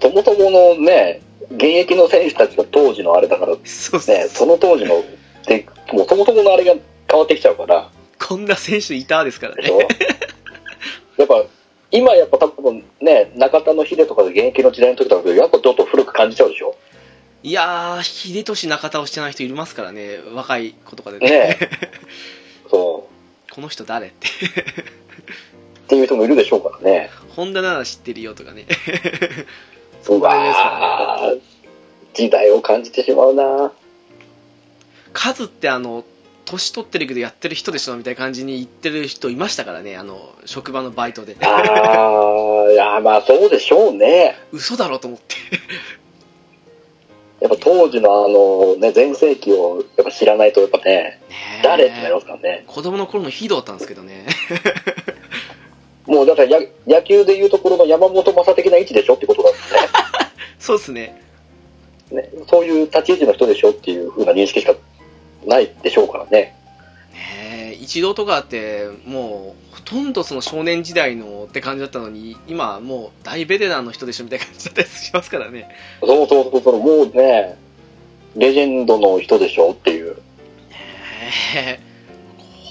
そもそものね、現役の選手たちが当時のあれだからね、そうそうその当時の、でもうそもそものあれが変わってきちゃうから、 [LAUGHS] こんな選手いたですからでねしょ [LAUGHS] やっぱ、今やっぱ多分ね、中田の秀とかで現役の時代の時だけど、やっぱちょっと古く感じちゃうでしょいやー秀俊中田をしてない人いますからね若い子とかでねねそ [LAUGHS] この人誰ってう。っていう人もいるでしょうからね。本田なら知ってるよとかねそうんぐらいですからねわー時代を感じてしまうなカズってあの年取ってるけどやってる人でしょみたいな感じに言ってる人いましたからねあの職場のバイトでああ、いや、まあそうでしょうね。嘘だろと思ってやっぱ当時のあのね、全盛期をやっぱ知らないとやっぱね、ねえ誰ってなりますからね。子供の頃のヒーローだったんですけどねもうだからや野球でいうところの山本昌的な位置でしょってことだそうっすねもんね。ねそういう立ち位置の人でしょっていう風な認識しかないでしょうからね。ねえ一度とかってもうほとんどその少年時代のって感じだったのに今もう大ベテランの人でしょみたいな感じだったりしますからねそうそうそうそう、もうね、レジェンドの人でしょっていう。ねえ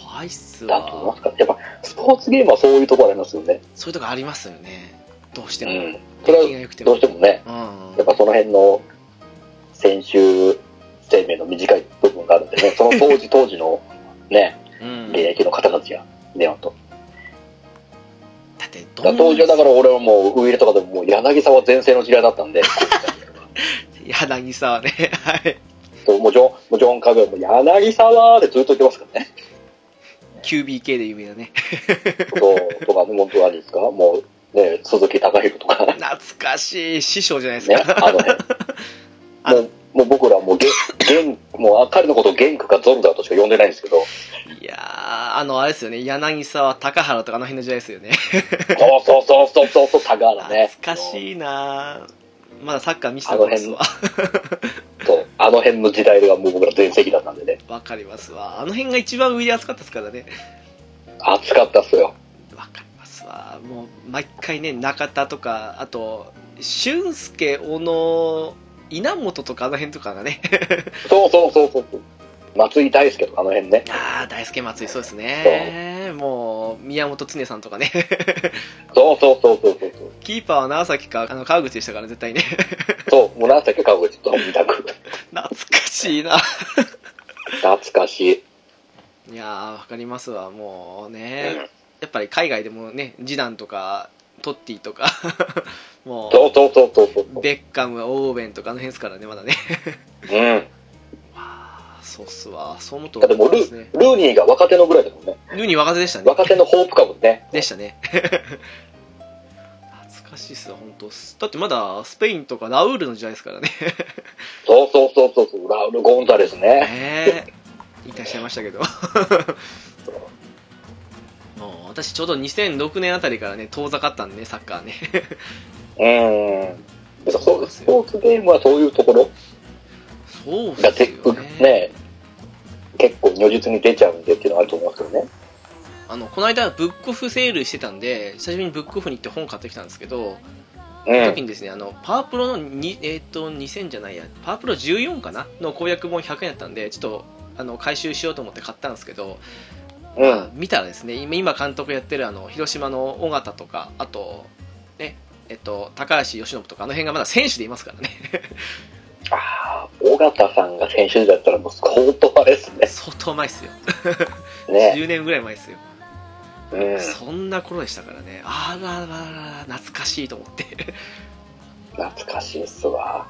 怖いっすだと思いまわすから。やっぱスポーツゲームはそういうところありますよね。そういうとこありますよねどうしてうも、ん。それ景気がは良くてどもうしてもね、うんやっぱその辺の選手生命の短い部分があるん [LAUGHS] でね、その当時当時のね、うん現役の方たちが出ようと。だってどだからん当時はだから俺はもう、ウイレとかでももう柳沢全盛の時代だったんで、柳沢ねはいそうもうジョン、もうジョン・カグも柳沢でずっと言ってますからね。 QBK で有名だねそう、とか、もう、あれですかもう、ね、鈴木隆弘とか、ね、懐かしい師匠じゃないですか、あの辺。 [LAUGHS] あもう、もう僕らもうゲン、ゲン、もう彼のことをゲンクかゾルダーとしか呼んでないんですけど、いやーあのあれですよね柳沢高原とかあの辺の時代ですよねそうそうそうそうそうそう、タガーラ懐ね。かしいなーまだサッカー見せてあのもら辺すわそう、あの辺の時代がもう僕ら全盛期だったんでね、 [LAUGHS] わかりますわあの辺が一番上で扱ったですからね熱かったっすよ。わかりますわもう毎回ね中田とかあと俊介小野稲本とかあの辺とかが [LAUGHS] ねそうそうそうそう。松井大輔とかあの辺ね。ああ大輔松井そうですねもう宮本常さんとかね [LAUGHS] そうそうそうそうそうそう。キーパーは長崎かあの川口でしたから絶対ね [LAUGHS] そう、もうなんだっけ、顔がちょっと見たく。懐かしいな懐かしい。いやーわかりますわもうねやっぱり海外でもねジダンとかトッティと [LAUGHS] かもそうそうそうそうそううそう。ベッカムオーベンとかあの辺ですからねまだねうん。わーそうっすわそう思うとだってもうル、ですルねーニーが若手のぐらいだもんね。ルーニー若手でしたね若手のホープ株ね。でしたね [LAUGHS] 懐かしいっすわ本当だってまだスペインとかラウールの時代ですから [LAUGHS] ねそうそうそうそうそう。ラウル・ゴンザレスね。ねえ引退しちゃいましたけ [LAUGHS] どもう私ちょうど2006年あたりからね遠ざかったんでねサッカーねうん。そうそうですスよポーツゲームはそういうところそうっがす結構よねね、結構如実に出ちゃうんでっていうのはあると思うんですけどね。あのこの間ブックオフセールしてたんで久しぶりにブックオフに行って本買ってきたんですけど、そのう時ん。にですねあのパワープロのに、えー、と2000じゃないやパワープロ14かなの攻略本100円だったんでちょっとあの回収しようと思って買ったんですけど、うん。見たらですね今今監督やってるあの広島の尾形とかあとねえっと、高橋由伸とかあの辺がまだ選手でいますからねああ、尾形さんが選手時代だったらもう相当あれですね。 [LAUGHS] 相当前っすよ、ね。 10年ぐらい前っすようん。そんな頃でしたからね、あららら、懐かしいと思って、 [LAUGHS] 懐かしいっすわ。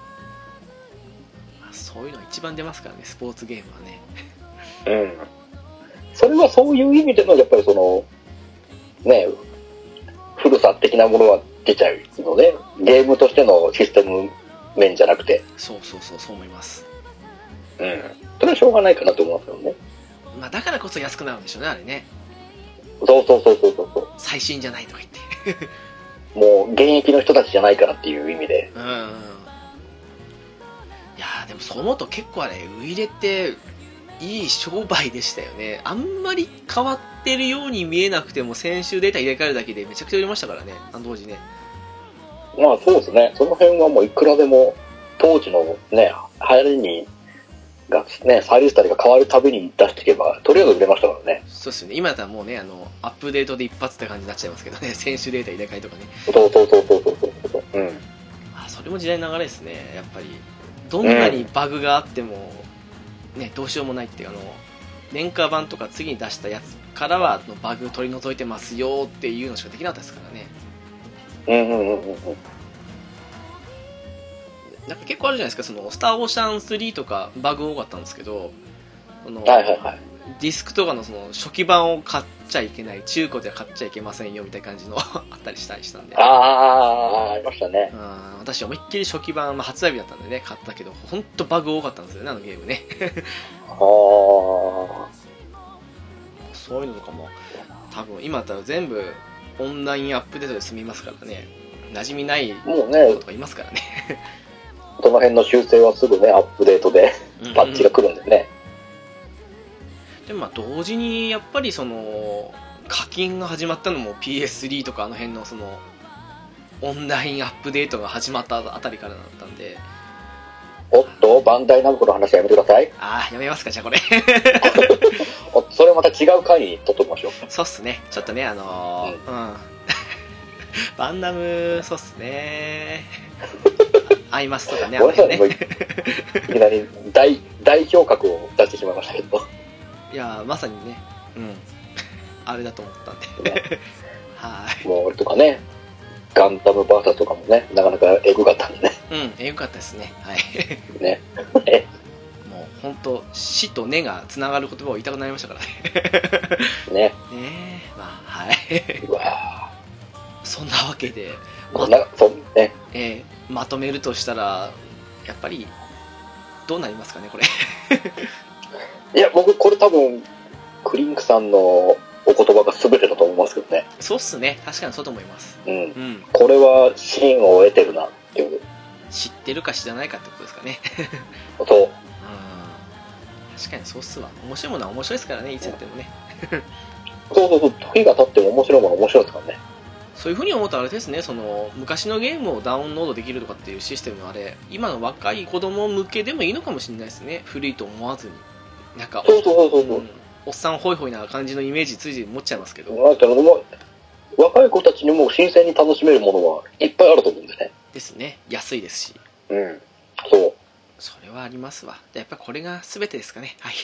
まあそういうの一番出ますからね、スポーツゲームはね。うん、それはそういう意味でのやっぱりそのね古さ的なものは出ちゃうので、ゲームとしてのシステム面じゃなくて、そうそうそうそう思います、うん。それはしょうがないかなと思いますよね。まあ、だからこそ安くなるんでしょうねあれねそうそうそうそうそうそ最新じゃないとか言ってう。もう現役の人たちじゃないからっていう意味で。うんうんいやーでもそう思うと結構あれウイイレっていい商売でしたよねあんまり変わってるように見えなくても先週データ入れ替えるだけでめちゃくちゃ売れましたからねあの当時ねまあそうですね。その辺はもういくらでも、当時のね、流行りに、がね、サイリスタリが変わるたびに出していけば、とりあえず売れましたからね。そうですよね今だったらもうねあのアップデートで一発って感じになっちゃいますけどね [LAUGHS] 先週データ入れ替えとかねそうそうそうそうそうそうそう。うん。あそれも時代の流れですねやっぱりどんなにバグがあっても、ね、どうしようもないっていうあの年間版とか次に出したやつからはあのバグ取り除いてますよっていうのしかできなかったですからねうんうんうんうんうん。なんか結構あるじゃないですか「そのスター・オーシャン3」とかバグ多かったんですけどあのはいはいはい。ディスクとかのその初期版を買っちゃいけない中古では買っちゃいけませんよみたいな感じの [LAUGHS] あったりしたりしたんでああ、ありましたね。あー私思いっきり初期版、まあ、発売日だったんでね買ったけど本当バグ多かったんですよねあのゲームねああ。そういうのとかも多分今だったら全部オンラインアップデートで済みますからね馴染みない人もうねと、かいますからね [LAUGHS] その辺の修正はすぐね、アップデートで、パッチが来るんでね。でもまあ同時にやっぱりその課金が始まったのも PS3 とかあの辺のそのオンラインアップデートが始まったあたりからだったんでおっと、バンダイナムコの話はやめてください。ああやめますかじゃあこれ [LAUGHS] おそれまた違う回に撮っときましょう。そうっすねちょっとねあのーうん [LAUGHS] バンダムそうっす [LAUGHS] ねアイマスとかねあごのめんな辺さねい、もういい [LAUGHS] きなり代代表格を出してしまいましたけど。いやーまさにね、うん、 [LAUGHS] あれだと思ったんで、 [LAUGHS] はもう俺とかね、ガンダムバーサスとかもね、なかなかエグかったんでね。ーい、うん、よかったですね、はい、ね。 [LAUGHS] もう本当、死と根がつながる言葉を言いたくなりましたからね、ね。ねえ、まあ、はい、 [LAUGHS] うわそんなわけで、ぁ。そんな、そんね。えーまとめるとしたら、やっぱり、どうなりますかね、これ、 [LAUGHS] いや、僕、これ多分、クリンクさんのお言葉が全てだと思いますけどね。そうっすね、確かにそうと思います、うん。うん、これは芯を得てるなっていう。知ってるか知らないかってことですか [LAUGHS] ね、そう。うん、確かにそうっすわ、面白いものは面白いですからね、いつやってもね。そうそうそう。時が経っても面白いものは面白いですからね。そういうふうに思ったらあれですねその昔のゲームをダウンロードできるとかっていうシステムのあれ今の若い子供向けでもいいのかもしれないですね古いと思わずになんかそうそうそうそう。うんおっさんホイホイな感じのイメージついて持っちゃいますけどなんていうのもう若い子たちにも新鮮に楽しめるものはいっぱいあると思うんでね。ですね安いですしうん。そう。それはありますわでやっぱこれが全てですかねはい